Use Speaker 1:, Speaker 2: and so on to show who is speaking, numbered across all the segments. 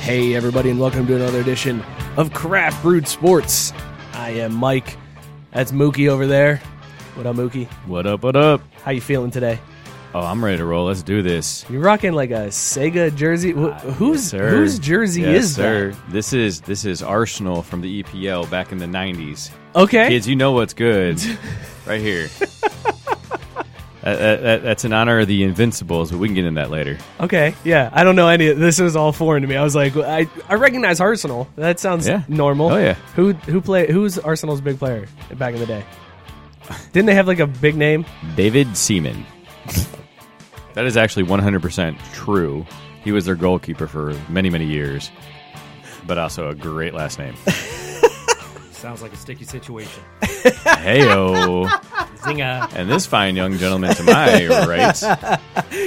Speaker 1: Hey, everybody, and welcome to another edition of Craft Brewed Sports. I am Mike. That's Mookie over there. What up, Mookie?
Speaker 2: What up, what up?
Speaker 1: How you feeling today?
Speaker 2: Oh, I'm ready to roll. Let's do this.
Speaker 1: You're rocking like a Sega jersey. Wh- whose
Speaker 2: Uh, Yes, sir.
Speaker 1: whose jersey
Speaker 2: Yes,
Speaker 1: is
Speaker 2: sir. This is this is Arsenal from the EPL back in the 90s.
Speaker 1: that? Okay.
Speaker 2: Kids, you know what's good. right here. That- that- that- that's in honor of the Invincibles, but we can get into that later.
Speaker 1: Okay. Yeah. I don't know any. This is all foreign to me. I was like, I, I recognize Arsenal. That sounds
Speaker 2: Yeah.
Speaker 1: normal.
Speaker 2: Oh, yeah.
Speaker 1: Who who play? Who's Arsenal's big player back in the day? Didn't they have like a big name?
Speaker 2: David Seaman. that is actually 100% true. He was their goalkeeper for many, many years, but also a great last name.
Speaker 3: Sounds like a sticky situation.
Speaker 2: Heyo.
Speaker 3: Zinga.
Speaker 2: And this fine young gentleman to my right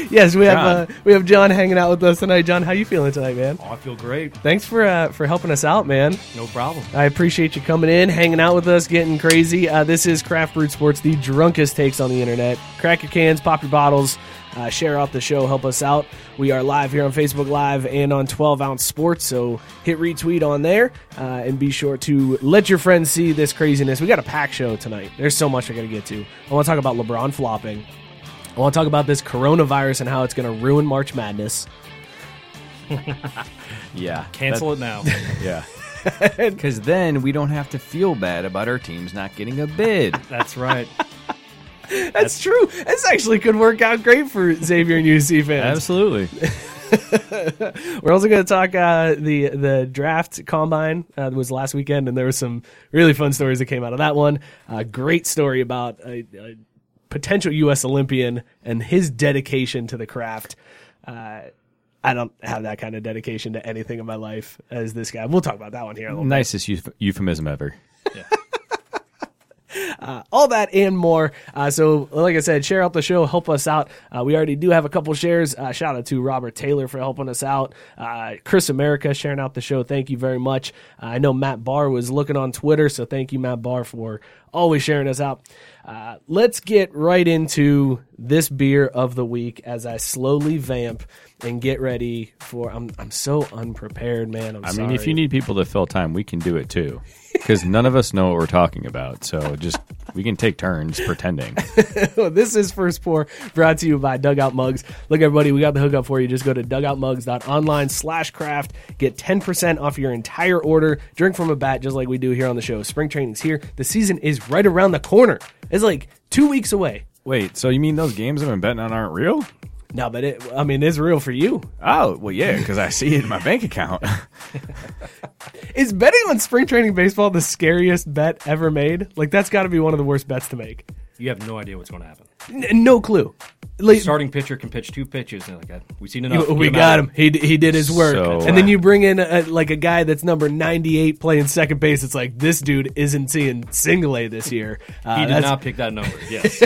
Speaker 1: Yes, we have
Speaker 2: John.
Speaker 1: uh, we have John hanging out with us tonight. John, how you feeling tonight, man?
Speaker 3: Oh, I feel great.
Speaker 1: Thanks for uh, for helping us out, man.
Speaker 3: No problem.
Speaker 1: I appreciate you coming in, hanging out with us, getting crazy. Uh, this is Craft Brewed Sports, the drunkest takes on the internet. Crack your cans, pop your bottles, uh, share out the show, help us out. We are live here on Facebook Live and on 12 Ounce Sports, so hit retweet on there uh, and be sure to let your friends see this craziness. We got a pack show tonight. There's so much I got to get to. I want to talk about LeBron flopping. I want to talk about this coronavirus and how it's going to ruin March Madness.
Speaker 2: Yeah.
Speaker 3: Cancel it now.
Speaker 2: it. Yeah. Because then we don't have to feel bad about our teams not getting a bid.
Speaker 3: That's right.
Speaker 1: That's true. This actually could work out great for Xavier and UC fans.
Speaker 2: Absolutely.
Speaker 1: We're also going to talk uh, the the draft combine uh, that was last weekend, and there were some really fun stories that came out of that one. A great story about a, a potential U.S. Olympian and his dedication to the craft. Uh, I don't have that kind of dedication to anything in my life as this guy. We'll talk about that one here. in A little bit.
Speaker 2: Nicest euph- euphemism ever.
Speaker 1: all that and more. Uh, so, like I said, share out the show, help us out. Uh, we already do have a couple shares. Uh, shout out to Robert Taylor for helping us out. Uh, Chris America sharing out the show. Thank you very much. Uh, I know Matt Barr was looking on Twitter, so thank you, Matt Barr, for always sharing us out. Uh, let's get right into this beer of the week as I slowly vamp and get ready for. I'm I'm so unprepared, man. I'm
Speaker 2: I mean, if
Speaker 1: sorry.
Speaker 2: you need people to fill time, we can do it too. Because none of us know what we're talking about. So just, we can take turns pretending.
Speaker 1: this is First Pour, brought to you by Dugout Mugs. Look, everybody, we got the hookup for you. Just go to dugoutmugs.online slash craft. Get 10% off your entire order. Drink from a bat, just like we do here on the show. Spring training's here. The season is right around the corner. It's like two weeks away.
Speaker 2: Wait, so you mean those games I've been betting on aren't real?
Speaker 1: No, but it, I mean, it's real for you.
Speaker 2: Oh, well, yeah, because I see it in my bank account.
Speaker 1: Is betting on spring training baseball the scariest bet ever made? Like, that's got to be one of the worst bets to make.
Speaker 3: You have no idea what's going to happen.
Speaker 1: N- no clue. Like,
Speaker 3: Starting pitcher can pitch two pitches. And they're like, uh, we've seen
Speaker 1: you-
Speaker 3: enough.
Speaker 1: we
Speaker 3: Get
Speaker 1: got
Speaker 3: out.
Speaker 1: him. He d- he did his work.
Speaker 2: So-
Speaker 1: and then you bring in a, like a guy that's number 98 playing second base. It's like this dude isn't seeing single A this year. Uh,
Speaker 3: He did
Speaker 1: that's-
Speaker 3: not pick that number. Yes.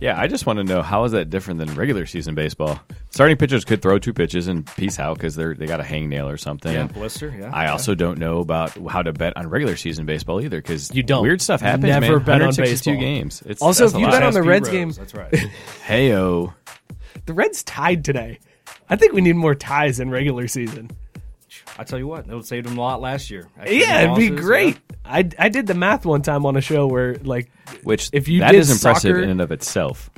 Speaker 2: Yeah, I just want to know how is that different than regular season baseball? Starting pitchers could throw two pitches and peace out because they're they got a hangnail or something.
Speaker 3: Yeah, blister, yeah,
Speaker 2: I
Speaker 3: yeah.
Speaker 2: also don't know about how to bet on regular season baseball either because
Speaker 1: You don't.
Speaker 2: weird stuff
Speaker 1: You've
Speaker 2: happens.
Speaker 1: never
Speaker 2: man.
Speaker 1: bet on
Speaker 2: 162
Speaker 1: baseball.
Speaker 2: games. It's,
Speaker 1: Also,
Speaker 2: that's
Speaker 1: if
Speaker 2: a
Speaker 1: you
Speaker 2: lot.
Speaker 1: bet on the
Speaker 3: Ask you
Speaker 1: Reds
Speaker 3: Rose,
Speaker 1: game-
Speaker 3: That's right.
Speaker 2: Heyo,
Speaker 1: the Reds tied today. I think we need more ties in regular season.
Speaker 3: I tell you what, it would save them a lot last year. After
Speaker 1: Yeah,
Speaker 3: the
Speaker 1: it'd be
Speaker 3: losses,
Speaker 1: great.
Speaker 3: yeah.
Speaker 1: I, I did the math one time on a show where like
Speaker 2: which
Speaker 1: If you
Speaker 2: that
Speaker 1: did
Speaker 2: is impressive
Speaker 1: soccer-
Speaker 2: in and of itself.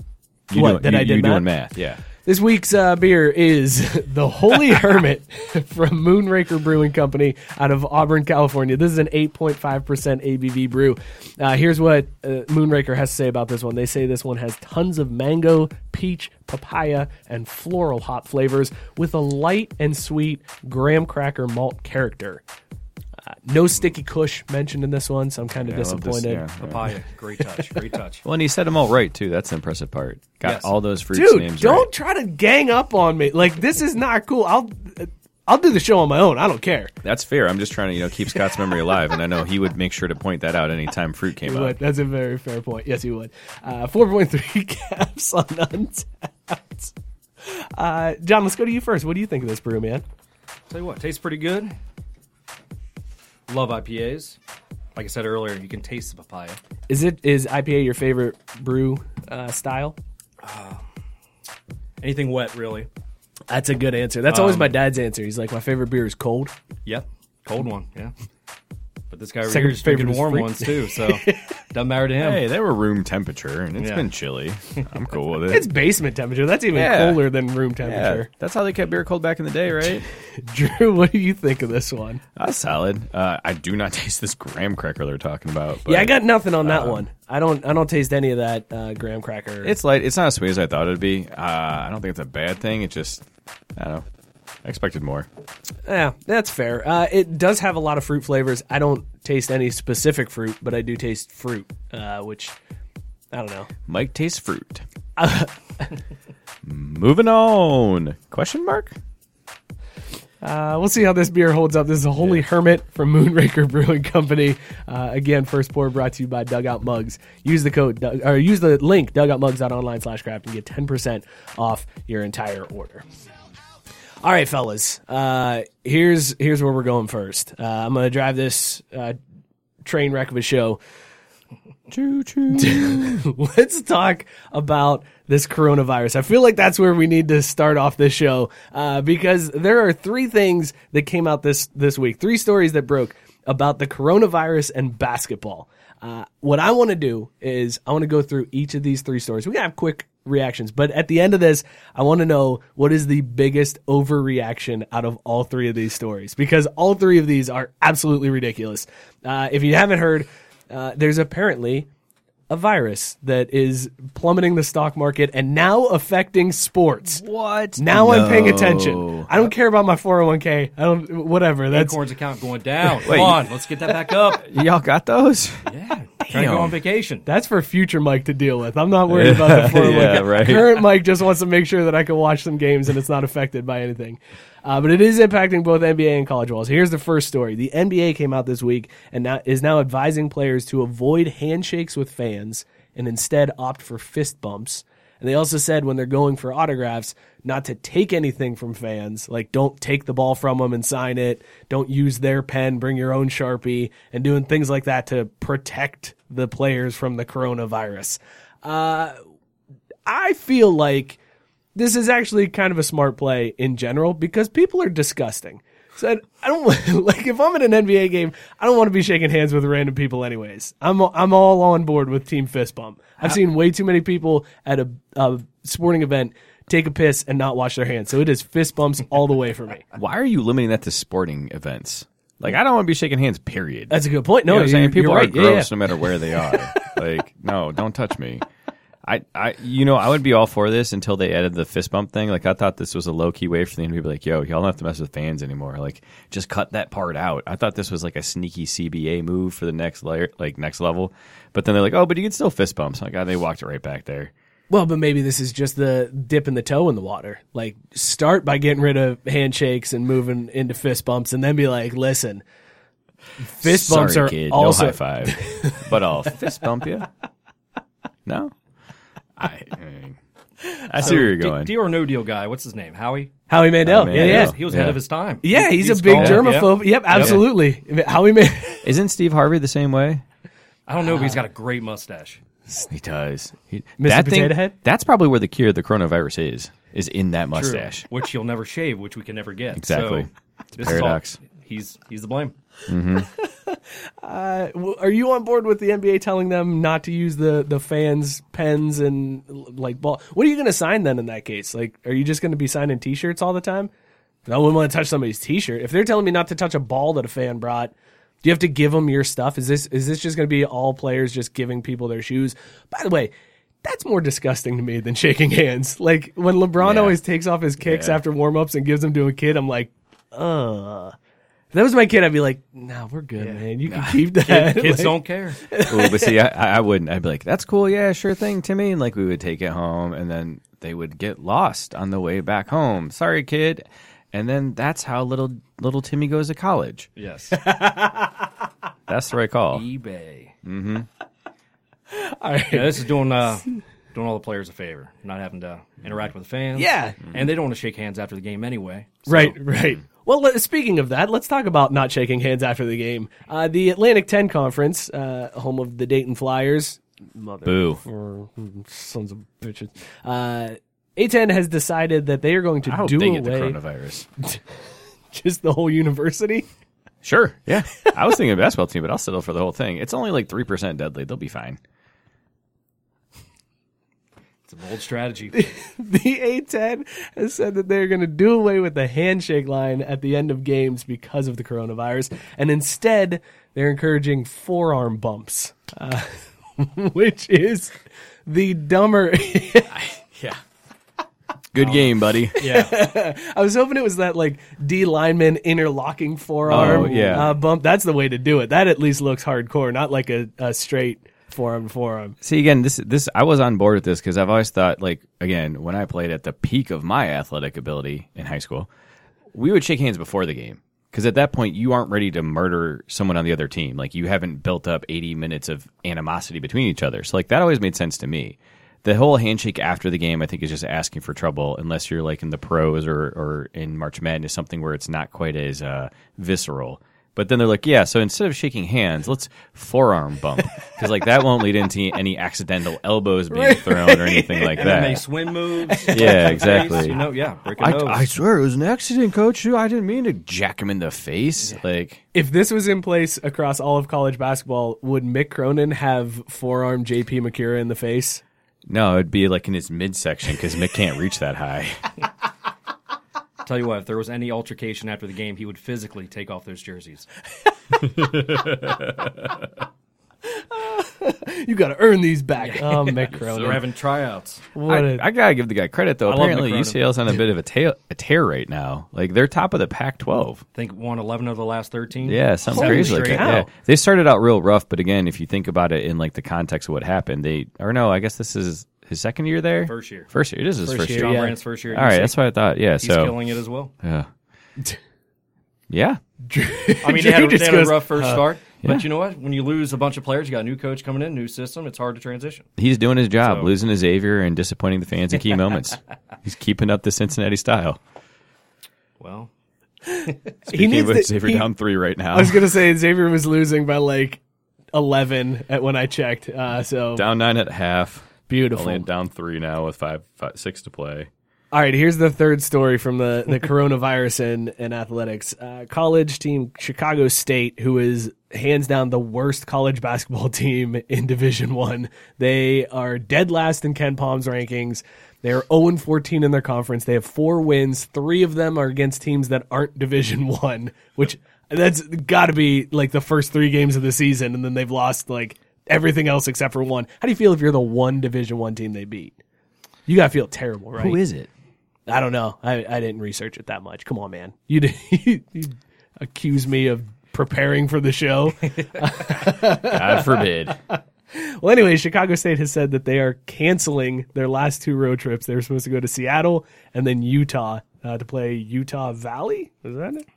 Speaker 2: You
Speaker 1: What,
Speaker 2: doing-
Speaker 1: that
Speaker 2: you,
Speaker 1: I did
Speaker 2: you doing
Speaker 1: math?
Speaker 2: math? Yeah,
Speaker 1: This week's uh, beer is the Holy Hermit from Moonraker Brewing Company out of Auburn, California. This is an 8.5% ABV brew. Uh, here's what uh, Moonraker has to say about this one. They say this one has tons of mango, peach, papaya, and floral hop flavors with a light and sweet graham cracker malt character. Uh, no sticky kush mentioned in this one, so I'm kind of
Speaker 2: I love this,
Speaker 1: disappointed.
Speaker 2: yeah, yeah.
Speaker 3: Papaya, great touch, great touch.
Speaker 2: Well, and he said them all right too. That's the impressive part. Got
Speaker 3: Yes.
Speaker 2: all those fruits
Speaker 1: Dude,
Speaker 2: names
Speaker 1: don't
Speaker 2: right.
Speaker 1: try to gang up on me. Like this is not cool. I'll I'll do the show on my own. I don't care.
Speaker 2: That's fair. I'm just trying to you know keep Scott's memory alive, and I know he would make sure to point that out anytime fruit came
Speaker 1: You
Speaker 2: up.
Speaker 1: would. That's a very fair point. Yes, you would. Uh, 4.3 caps on Untapped. Uh, John, let's go to you first. What do you think of this brew, man?
Speaker 3: Tell you what, tastes pretty good. Love IPAs. Like I said earlier, you can taste the papaya.
Speaker 1: Is it is IPA your favorite brew uh, style?
Speaker 3: Anything wet, really.
Speaker 1: That's a good answer. That's always my dad's answer. He's like, my favorite beer is cold.
Speaker 3: Yep. Cold one, yeah. But this guy over
Speaker 1: Second
Speaker 3: here is
Speaker 1: favorite
Speaker 3: drinking
Speaker 1: is
Speaker 3: warm
Speaker 1: free.
Speaker 3: ones too, so doesn't matter to him.
Speaker 2: Hey, they were room temperature, and it's
Speaker 3: Yeah.
Speaker 2: been chilly. I'm cool with it.
Speaker 1: It's basement temperature. That's even
Speaker 2: Yeah.
Speaker 1: colder than room
Speaker 2: yeah,
Speaker 1: temperature.
Speaker 2: that's how they kept beer cold back in the day, right?
Speaker 1: Drew, what do you think of this one?
Speaker 2: that's solid. Uh, I do not taste this graham cracker they're talking about. But um,
Speaker 1: yeah, I got nothing on that one. I don't. I don't taste any of that uh, graham cracker.
Speaker 2: It's light. It's not as sweet as I thought it'd be. Uh, I don't think it's a bad thing. It just, I don't know. I expected more.
Speaker 1: yeah, Eh, that's fair. Uh, it does have a lot of fruit flavors. I don't taste any specific fruit, but I do taste fruit, uh, which I don't know.
Speaker 2: Mike tastes fruit. Moving on. Question mark?
Speaker 1: Uh, we'll see how this beer holds up. This is a Holy Hermit from Moonraker Brewing Company. Uh, again, first pour brought to you by Dugout Mugs. Use the code Dug- or use the link dugoutmugs.online slash craft and get ten percent off your entire order. All right, fellas. Uh, here's here's where we're going first. Uh, I'm gonna drive this uh, train wreck of a show.
Speaker 2: Choo choo.
Speaker 1: Let's talk about this coronavirus. I feel like that's where we need to start off this show uh, because there are three things that came out this this week, three stories that broke about the coronavirus and basketball. Uh, what I want to do is I want to go through each of these three stories. We can have quick reactions, but at the end of this, I want to know what is the biggest overreaction out of all three of these stories because all three of these are absolutely ridiculous. Uh, if you haven't heard, uh, there's apparently a virus that is plummeting the stock market and now affecting sports.
Speaker 2: What?
Speaker 1: Now I'm paying
Speaker 2: No.
Speaker 1: attention. I don't care about my 401k. I don't whatever. That's
Speaker 3: Acorn's account going down. Come on, let's get that back up.
Speaker 2: Y'all got those?
Speaker 3: Yeah. Trying to go on vacation.
Speaker 1: that's for future Mike to deal with. I'm not worried about the 401k.
Speaker 2: Yeah, right.
Speaker 1: Current Mike just wants to make sure that I can watch some games and it's not affected by anything. Uh, but it is impacting both NBA and college balls. Here's the first story. The NBA came out this week and now, is now advising players to avoid handshakes with fans and instead opt for fist bumps. And they also said when they're going for autographs, not to take anything from fans. Like, don't take the ball from them and sign it. Don't use their pen. Bring your own Sharpie and doing things like that to protect the players from the coronavirus. I feel like this is actually kind of a smart play in general because people are disgusting. So I- I don't like if I'm in an NBA game, I don't want to be shaking hands with random people. Anyways, I'm I'm all on board with team fist bump. I've seen way too many people at a, a sporting event take a piss and not wash their hands. So it is fist bumps all the way for me.
Speaker 2: Why are you limiting that to sporting events? Like, I don't want to be shaking hands, period.
Speaker 1: That's a good point.
Speaker 2: You
Speaker 1: No,
Speaker 2: know what I'm saying
Speaker 1: you're-
Speaker 2: people
Speaker 1: you're
Speaker 2: are
Speaker 1: right. Yeah,
Speaker 2: gross
Speaker 1: yeah.
Speaker 2: no matter where they are. like, no, don't touch me. I, I, you know, I would be all for this until they added the fist bump thing. Like, I thought this was a low key way for the NBA to be like, yo, y'all don't have to mess with fans anymore. Like, just cut that part out. I thought this was like a sneaky CBA move for the next layer, like next level. But then they're like, oh, but you can still fist bumps. Like, ah, they walked it right back there.
Speaker 1: Well, but maybe this is just the dipping the toe in the water. Like, start by getting rid of handshakes and moving into fist bumps, and then be like, listen, fist bumps
Speaker 2: Sorry,
Speaker 1: are
Speaker 2: kid,
Speaker 1: also.
Speaker 2: no high five, but I'll fist bump you. No, I. I, mean, I see where you're
Speaker 3: De-
Speaker 2: going.
Speaker 3: Deal or no deal guy. What's his name? Howie.
Speaker 1: Howie Mandel.
Speaker 2: Howie
Speaker 1: yeah,
Speaker 2: Mandel.
Speaker 1: yeah.
Speaker 3: He was ahead
Speaker 2: Yeah.
Speaker 3: of his time.
Speaker 1: Yeah, he's, a big
Speaker 3: called-
Speaker 1: germaphobe.
Speaker 3: Yeah.
Speaker 1: Yep, absolutely. Howie Man.
Speaker 2: Isn't Steve Harvey the same way?
Speaker 3: I don't know, but he's got a great mustache.
Speaker 2: He does. He,
Speaker 1: Mr. Potato Head?
Speaker 2: That's probably where the cure of the coronavirus is. Is in that
Speaker 3: True.
Speaker 2: mustache.
Speaker 3: which you'll never shave, which we can never get.
Speaker 2: Exactly.
Speaker 3: So,
Speaker 2: a
Speaker 3: this is all-
Speaker 2: paradox.
Speaker 3: he's he's the blame.
Speaker 1: Are you on board with the NBA telling them not to use the the fans' pens and like ball? What are you going to sign then in that case? Like, are you just going to be signing T-shirts all the time? 'Cause I wouldn't want to touch somebody's T-shirt. If they're telling me not to touch a ball that a fan brought, do you have to give them your stuff? Is this is this just going to be all players just giving people their shoes? By the way. That's more disgusting to me than shaking hands. Like when LeBron
Speaker 2: Yeah.
Speaker 1: always takes off his kicks
Speaker 2: Yeah.
Speaker 1: after warm ups and gives them to a kid, I'm like, uh. If that was my kid, I'd be like, nah, we're good, man. You can keep that.
Speaker 3: Kids
Speaker 1: Like-
Speaker 3: don't care.
Speaker 2: Ooh, but see, I- I, I wouldn't. I'd be like, "That's cool, yeah, sure thing, Timmy." And like, we would take it home, and then they would get lost on the way back home. Sorry, kid. And then that's how little little Timmy goes to college.
Speaker 3: Yes.
Speaker 2: That's the right call.
Speaker 3: eBay.
Speaker 1: All right.
Speaker 3: Yeah, this is doing uh, doing all the players a favor, not having to interact with fans.
Speaker 1: Yeah.
Speaker 3: and they don't want to shake hands after the game anyway. So-
Speaker 1: Right, right. Well, let, speaking of that, let's talk about not shaking hands after the game. Uh, the Atlantic 10 Conference, uh, home of the Dayton Flyers,
Speaker 2: Boo.
Speaker 1: or mm, sons of bitches. Uh, A10 has decided that they are going to
Speaker 2: I hope
Speaker 1: do
Speaker 2: they
Speaker 1: away
Speaker 2: get the coronavirus.
Speaker 1: just the whole university.
Speaker 2: Sure. Yeah. I was thinking of basketball team, but I'll settle for the whole thing. It's only like three percent deadly. They'll be fine.
Speaker 3: It's a bold strategy.
Speaker 1: The A10 has said that they're going to do away with the handshake line at the end of games because of the coronavirus, and instead they're encouraging forearm bumps, uh, which is the dumber
Speaker 2: Good game, buddy.
Speaker 3: yeah,
Speaker 1: I was hoping it was that like D lineman interlocking forearm
Speaker 2: Oh, yeah.
Speaker 1: uh, bump. That's the way to do it. That at least looks hardcore, not like a, a straight forearm to forearm.
Speaker 2: See again, this this I was on board with this because I've always thought like again when I played at the peak of my athletic ability in high school, we would shake hands before the game because at that point you aren't ready to murder someone on the other team. Like you haven't built up eighty minutes of animosity between each other. So like that always made sense to me. The whole handshake after the game, I think, is just asking for trouble unless you're like in the pros or or in March Madness, something where it's not quite as uh, visceral. But then they're like, yeah, so instead of shaking hands, let's forearm bump. Because, like, that won't lead into any accidental elbows being thrown or anything like
Speaker 3: and they
Speaker 2: that.
Speaker 3: swim moves.
Speaker 2: Yeah,
Speaker 3: You
Speaker 2: exactly.
Speaker 3: know, yeah, breaking
Speaker 2: I,
Speaker 3: nose.
Speaker 2: I swear it was an accident, coach. I didn't mean to jack him in the face. Like,
Speaker 1: If this was in place across all of college basketball, would Mick Cronin have forearm JP McCura in the face?
Speaker 2: no, it'd be like in his midsection because Mick can't reach that high.
Speaker 3: Tell you what, if there was any altercation after the game, he would physically take off those jerseys.
Speaker 1: You got to earn these back. Oh, Mick
Speaker 3: They're
Speaker 1: Cronin.
Speaker 3: having tryouts.
Speaker 1: What
Speaker 2: I,
Speaker 1: a-
Speaker 2: I gotta give the guy credit though.
Speaker 3: I love
Speaker 2: Apparently,
Speaker 3: Mick Cronin.
Speaker 2: UCL's on a bit of a, tail, a tear right now. Like they're top of the Pac-12.
Speaker 3: I think won 11 of the last 13.
Speaker 2: Yeah, something
Speaker 3: Seven
Speaker 2: crazy like
Speaker 3: straight.
Speaker 2: that. Yeah.
Speaker 1: cow.
Speaker 2: They started out real rough, but again, if you think about it in like the context of what happened, they or no, I guess this is his second year there.
Speaker 3: First year.
Speaker 2: First year. It is his first, year.
Speaker 3: John
Speaker 1: yeah.
Speaker 3: Brandt's first year. at
Speaker 2: All right,
Speaker 3: UC.
Speaker 2: that's what I thought. Yeah.
Speaker 3: He's
Speaker 2: so
Speaker 3: killing it as well.
Speaker 2: yeah. yeah.
Speaker 3: I mean, they had, a,
Speaker 1: Just
Speaker 3: they had a
Speaker 1: goes,
Speaker 3: rough first start,
Speaker 2: uh, yeah.
Speaker 3: but you know what? When you lose a bunch of players, you got a new coach coming in, new system. It's hard to transition.
Speaker 2: He's doing his job,
Speaker 3: So-
Speaker 2: losing his Xavier and disappointing the fans in key moments. He's keeping up the Cincinnati style.
Speaker 3: Well,
Speaker 1: he
Speaker 2: Speaking
Speaker 1: needs
Speaker 2: of
Speaker 1: to-
Speaker 2: which, Xavier
Speaker 1: he-
Speaker 2: down three right now.
Speaker 1: I was going to say Xavier was losing by like 11 at when I checked. Uh, so
Speaker 2: down nine at half.
Speaker 1: beautiful.
Speaker 2: Only down three now with five, five six to play.
Speaker 1: All right, here's the third story from the, the coronavirus and, and athletics. Uh, college team Chicago State, who is hands down the worst college basketball team in Division One, they are dead last in Ken Palm's rankings. They're 0 14 in their conference. They have four wins. Three of them are against teams that aren't Division One, which that's got to be like the first three games of the season, and then they've lost like everything else except for one. How do you feel if you're the one Division One team they beat? You gotta feel terrible, right?
Speaker 2: is it?
Speaker 1: I don't know. I, I didn't research it that much. Come on, man. You did- you, you accuse me of preparing for the show.
Speaker 2: God forbid.
Speaker 1: Well, anyway, Chicago State has said that they are canceling their last two road trips. They were supposed to go to Seattle and then Utah uh, to play Utah Valley. Is that it?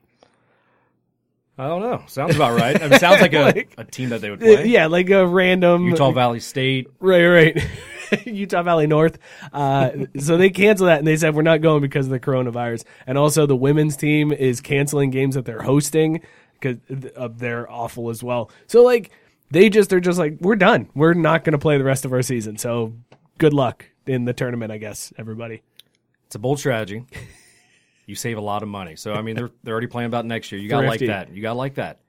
Speaker 3: I don't know. Sounds about right. I mean, sounds like a,
Speaker 1: Like-
Speaker 3: a team that they would
Speaker 1: Uh,
Speaker 3: play.
Speaker 1: Yeah, like a random
Speaker 3: Utah Valley State.
Speaker 1: Right, right. Utah Valley North. Uh, so they canceled that and they said we're not going because of the coronavirus. And also the women's team is canceling games that they're hosting because uh, they're awful as well. So like they just they're just like we're done. We're not going to play the rest of our season. So good luck in the tournament, I guess everybody.
Speaker 3: It's a bold strategy. You save a lot of money. So I mean, they're they're already planning about next year. You got to like
Speaker 1: Thrifty.
Speaker 3: that. You got to like that.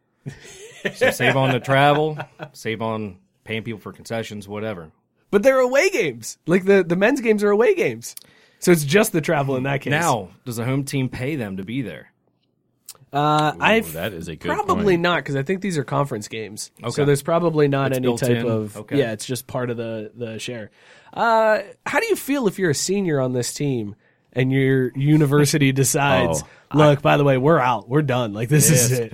Speaker 3: So save on the travel, save on paying people for concessions, whatever.
Speaker 1: But they're away games. Like the the men's games are away games. So it's just the travel in that case.
Speaker 3: Now, does the home team pay them to be there?
Speaker 1: uh, I
Speaker 2: that is a good
Speaker 1: probably
Speaker 2: point.
Speaker 1: not because I think these are conference games.
Speaker 3: Okay.
Speaker 1: So there's probably not
Speaker 3: It's
Speaker 1: any
Speaker 3: built
Speaker 1: type
Speaker 3: in.
Speaker 1: of
Speaker 3: Okay.
Speaker 1: yeah. It's just part of the the share. Uh, how do you feel if you're a senior on this team and your university decides,
Speaker 2: Oh,
Speaker 1: look, by the way, we're out, we're done. Like this is
Speaker 3: Pissed,
Speaker 1: it.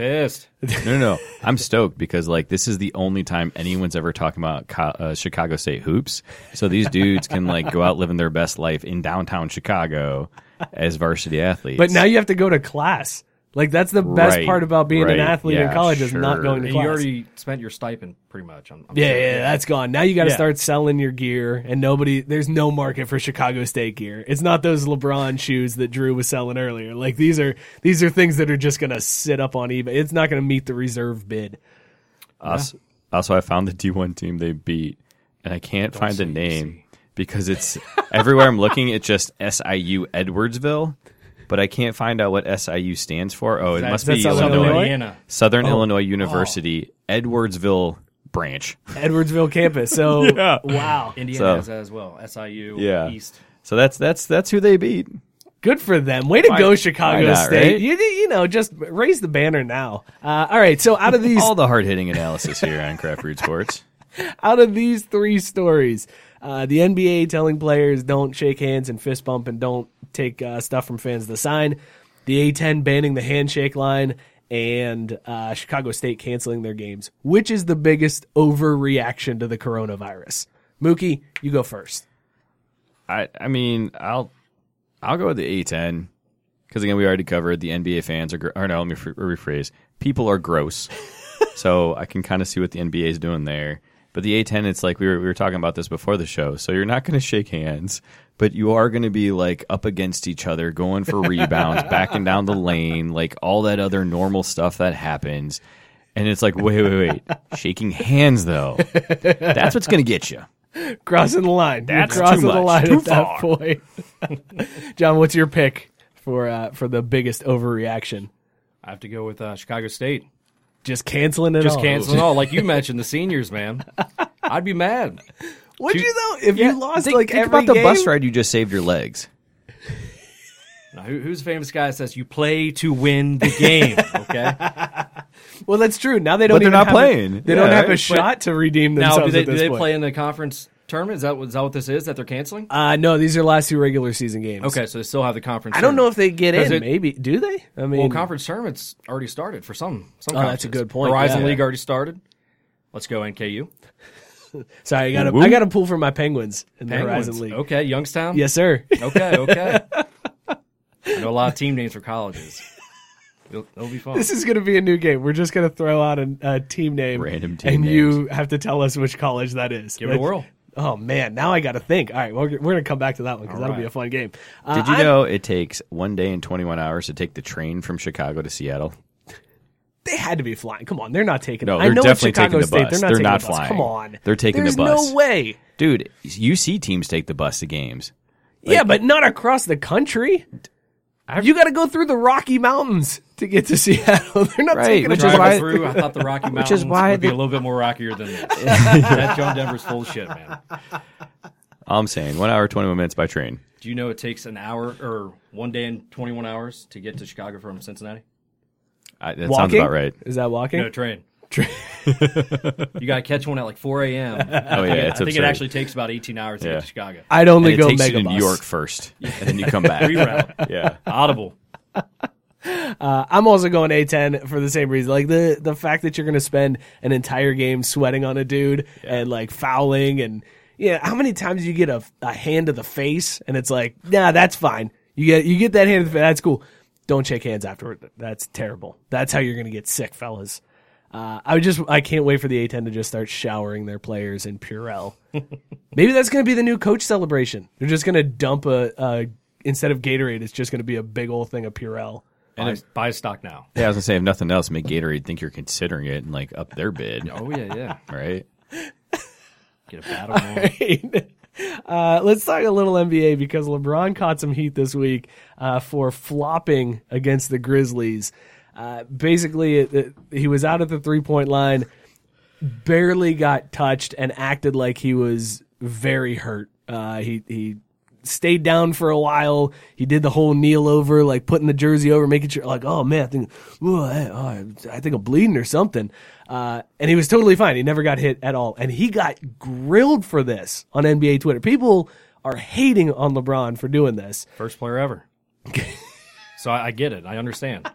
Speaker 3: pissed.
Speaker 2: No, no, no. I'm stoked because like this is the only time anyone's ever talking about co- uh, Chicago State hoops. So these dudes can like go out living their best life in downtown Chicago as varsity athletes.
Speaker 1: But now you have to go to class. Like that's the best
Speaker 2: Right,
Speaker 1: part about being an
Speaker 2: right,
Speaker 1: athlete in
Speaker 2: yeah,
Speaker 1: college is not
Speaker 2: sure.
Speaker 1: going to
Speaker 3: And you
Speaker 1: class.
Speaker 3: already spent your stipend pretty much. I'm, I'm
Speaker 1: yeah,
Speaker 3: sure.
Speaker 1: yeah, that's gone. Now you got to
Speaker 3: Yeah.
Speaker 1: start selling your gear, and nobody, there's no market for Chicago State gear. It's not those LeBron shoes that Drew was selling earlier. Like these are these are things that are just gonna sit up on eBay. It's not gonna meet the reserve bid.
Speaker 2: also, also, I found the D1 team they beat, and I can't find the name because it's everywhere I'm looking. It's just SIU Edwardsville, but I can't find out what SIU stands for. Oh, it
Speaker 3: That-
Speaker 2: must
Speaker 3: that's
Speaker 2: be
Speaker 1: Southern
Speaker 2: Illinois,
Speaker 1: Illinois?
Speaker 3: Indiana.
Speaker 2: Southern Illinois University Edwardsville branch.
Speaker 1: Edwardsville campus. So wow,
Speaker 3: Indiana has that as well. SIU
Speaker 2: Yeah.
Speaker 3: East.
Speaker 2: So that's that's that's who they beat.
Speaker 1: good for them. Way to go, Chicago
Speaker 2: why not,
Speaker 1: State.
Speaker 2: right?
Speaker 1: You you know just raise the banner now. Uh, all right, so out of these
Speaker 2: All the hard hitting analysis here on Craft Root Sports.
Speaker 1: out of these three stories, uh, the NBA telling players don't shake hands and fist bump and don't take uh, stuff from fans to sign, the A10 banning the handshake line, and uh, Chicago State canceling their games. Which is the biggest overreaction to the coronavirus? Mookie, you go first.
Speaker 2: I I mean I'll I'll go with the A10 because again we already covered the NBA fans are gr- or no let me fr- rephrase people are gross so I can kind of see what the NBA is doing there but the A10 it's like we were we were talking about this before the show so you're not going to shake hands but you are going to be like up against each other going for rebounds backing down the lane like all that other normal stuff that happens and it's like wait wait wait shaking hands though that's what's going to get you.
Speaker 1: Crossing the line. You're
Speaker 2: That's too
Speaker 1: crossing the
Speaker 2: much.
Speaker 1: line
Speaker 2: Too
Speaker 1: at that
Speaker 2: far.
Speaker 1: point. John, what's your pick for uh, for the biggest overreaction?
Speaker 3: I have to go with uh, Chicago State.
Speaker 1: Oh. Just canceling it
Speaker 3: Just
Speaker 1: all.
Speaker 3: canceling all, like you mentioned, the seniors, man. I'd be mad.
Speaker 1: Would you though? If
Speaker 3: Yeah,
Speaker 1: you lost
Speaker 2: Think,
Speaker 1: like
Speaker 2: think
Speaker 1: every
Speaker 2: about the
Speaker 1: game,
Speaker 2: bus ride you just saved your legs.
Speaker 3: Now, who, who's the famous guy that says you play to win the game? Okay.
Speaker 1: Well, that's true. Now they don't.
Speaker 2: But they're
Speaker 1: even
Speaker 2: not
Speaker 1: have a-
Speaker 2: playing.
Speaker 1: they don't
Speaker 2: Yeah,
Speaker 1: have a
Speaker 2: right?
Speaker 1: shot to redeem themselves
Speaker 3: now, do they,
Speaker 1: at
Speaker 3: do
Speaker 1: this
Speaker 3: they
Speaker 1: point.
Speaker 3: play in the conference tournament? Is that, what- is that what this is that they're canceling?
Speaker 1: uh, no, these are last two regular season games.
Speaker 3: Okay, so they still have the conference.
Speaker 1: I don't know if they get in.
Speaker 3: Because it-
Speaker 1: Maybe do they? I mean,
Speaker 3: Well, conference tournament's already started for some. some
Speaker 1: Oh, that's a
Speaker 3: conferences.
Speaker 1: good point,
Speaker 3: Horizon
Speaker 1: yeah.
Speaker 3: League already started. Let's go NKU.
Speaker 1: sorry, I got to
Speaker 2: Woo.
Speaker 1: I got to pull for my Penguins in the Horizon
Speaker 3: Penguins.
Speaker 1: League.
Speaker 3: Okay, Youngstown.
Speaker 1: Yes, sir.
Speaker 3: Okay, okay. I know a lot of team names for colleges. It'll, it'll be fun.
Speaker 1: this is going to be a new game. We're just going to throw out a, a team name,
Speaker 2: Random team
Speaker 1: and you have to tell us which college that is.
Speaker 3: Give it a
Speaker 1: That's-
Speaker 3: whirl.
Speaker 1: Oh man, now I got to think. All right, well, we're going to come back to that one because that'll be a fun game. Uh,
Speaker 2: Did you
Speaker 1: I'm-
Speaker 2: know it takes one day and 21 hours to take the train from Chicago to Seattle?
Speaker 1: they had to be flying? Come on, they're not taking.
Speaker 2: No,
Speaker 1: I
Speaker 2: they're
Speaker 1: know it's
Speaker 2: definitely
Speaker 1: Chicago
Speaker 2: taking the
Speaker 1: State. They're
Speaker 2: bus.
Speaker 1: not
Speaker 2: They're
Speaker 1: taking
Speaker 2: not
Speaker 1: the bus.
Speaker 2: flying.
Speaker 1: Come on,
Speaker 2: They're taking the
Speaker 1: There's
Speaker 2: bus.
Speaker 1: No way.
Speaker 2: Dude, UC teams take the bus to games.
Speaker 1: yeah, but not across the country. you got to go through the Rocky Mountains to get to Seattle. They're not
Speaker 2: Right,
Speaker 1: taking a
Speaker 2: which is
Speaker 1: bus.
Speaker 3: Driving
Speaker 2: why-
Speaker 3: through, I thought the Rocky Mountains
Speaker 2: is why
Speaker 3: would be
Speaker 2: the-
Speaker 3: a little bit more rockier than this. that John Denver's full of shit, man.
Speaker 2: All I'm saying, one hour, 21 minutes by train.
Speaker 3: Do you know it takes an hour or one day and 21 hours to get to Chicago from Cincinnati?
Speaker 2: I, that sounds
Speaker 1: walking.
Speaker 2: about right.
Speaker 1: Is that walking?
Speaker 3: No train. you got to catch one at like 4 a.m.
Speaker 2: Oh, yeah,
Speaker 3: I
Speaker 2: it's
Speaker 3: think
Speaker 2: absurd.
Speaker 3: it actually takes about 18 hours to
Speaker 2: Yeah.
Speaker 3: get to Chicago.
Speaker 1: I'd
Speaker 2: And
Speaker 1: only
Speaker 2: it
Speaker 1: go
Speaker 2: takes you
Speaker 1: Megabus.
Speaker 2: to New York first, and then you come back.
Speaker 3: Reroute.
Speaker 2: yeah.
Speaker 3: Audible.
Speaker 1: Uh, I'm also going A10 for the same reason. Like the the fact that you're going to spend an entire game sweating on a dude and like fouling and yeah, how many times you get a, a hand to the face and it's like, nah, that's fine. You get you get that hand to the face. That's cool. Don't shake hands afterward. That's terrible. That's how you're going to get sick, fellas. Uh, I just I can't wait for the A10 to just start showering their players in Purell. Maybe that's going to be the new coach celebration. They're just going to dump a, a instead of Gatorade, it's just going to be a big old thing of Purell.
Speaker 3: And buy, buy stock now.
Speaker 2: Yeah, I was gonna say if nothing else, make Gatorade think you're considering it and like up their bid,
Speaker 3: Oh yeah, yeah.
Speaker 2: right?
Speaker 3: Get a battle royal.
Speaker 1: uh, let's talk a little NBA because LeBron caught some heat this week uh, for flopping against the Grizzlies. Uh, basically, it, it- he was out at the three point line, barely got touched, and acted like he was very hurt. Uh, he he stayed down for a while. He did the whole kneel over, like putting the jersey over, making sure, like, oh man, I think, ooh, I, oh, I- I think I'm bleeding or something. Uh, and he was totally fine. He never got hit at all. And he got grilled for this on NBA Twitter. People are hating on LeBron for doing this.
Speaker 3: First player ever. so I, I get it. I understand.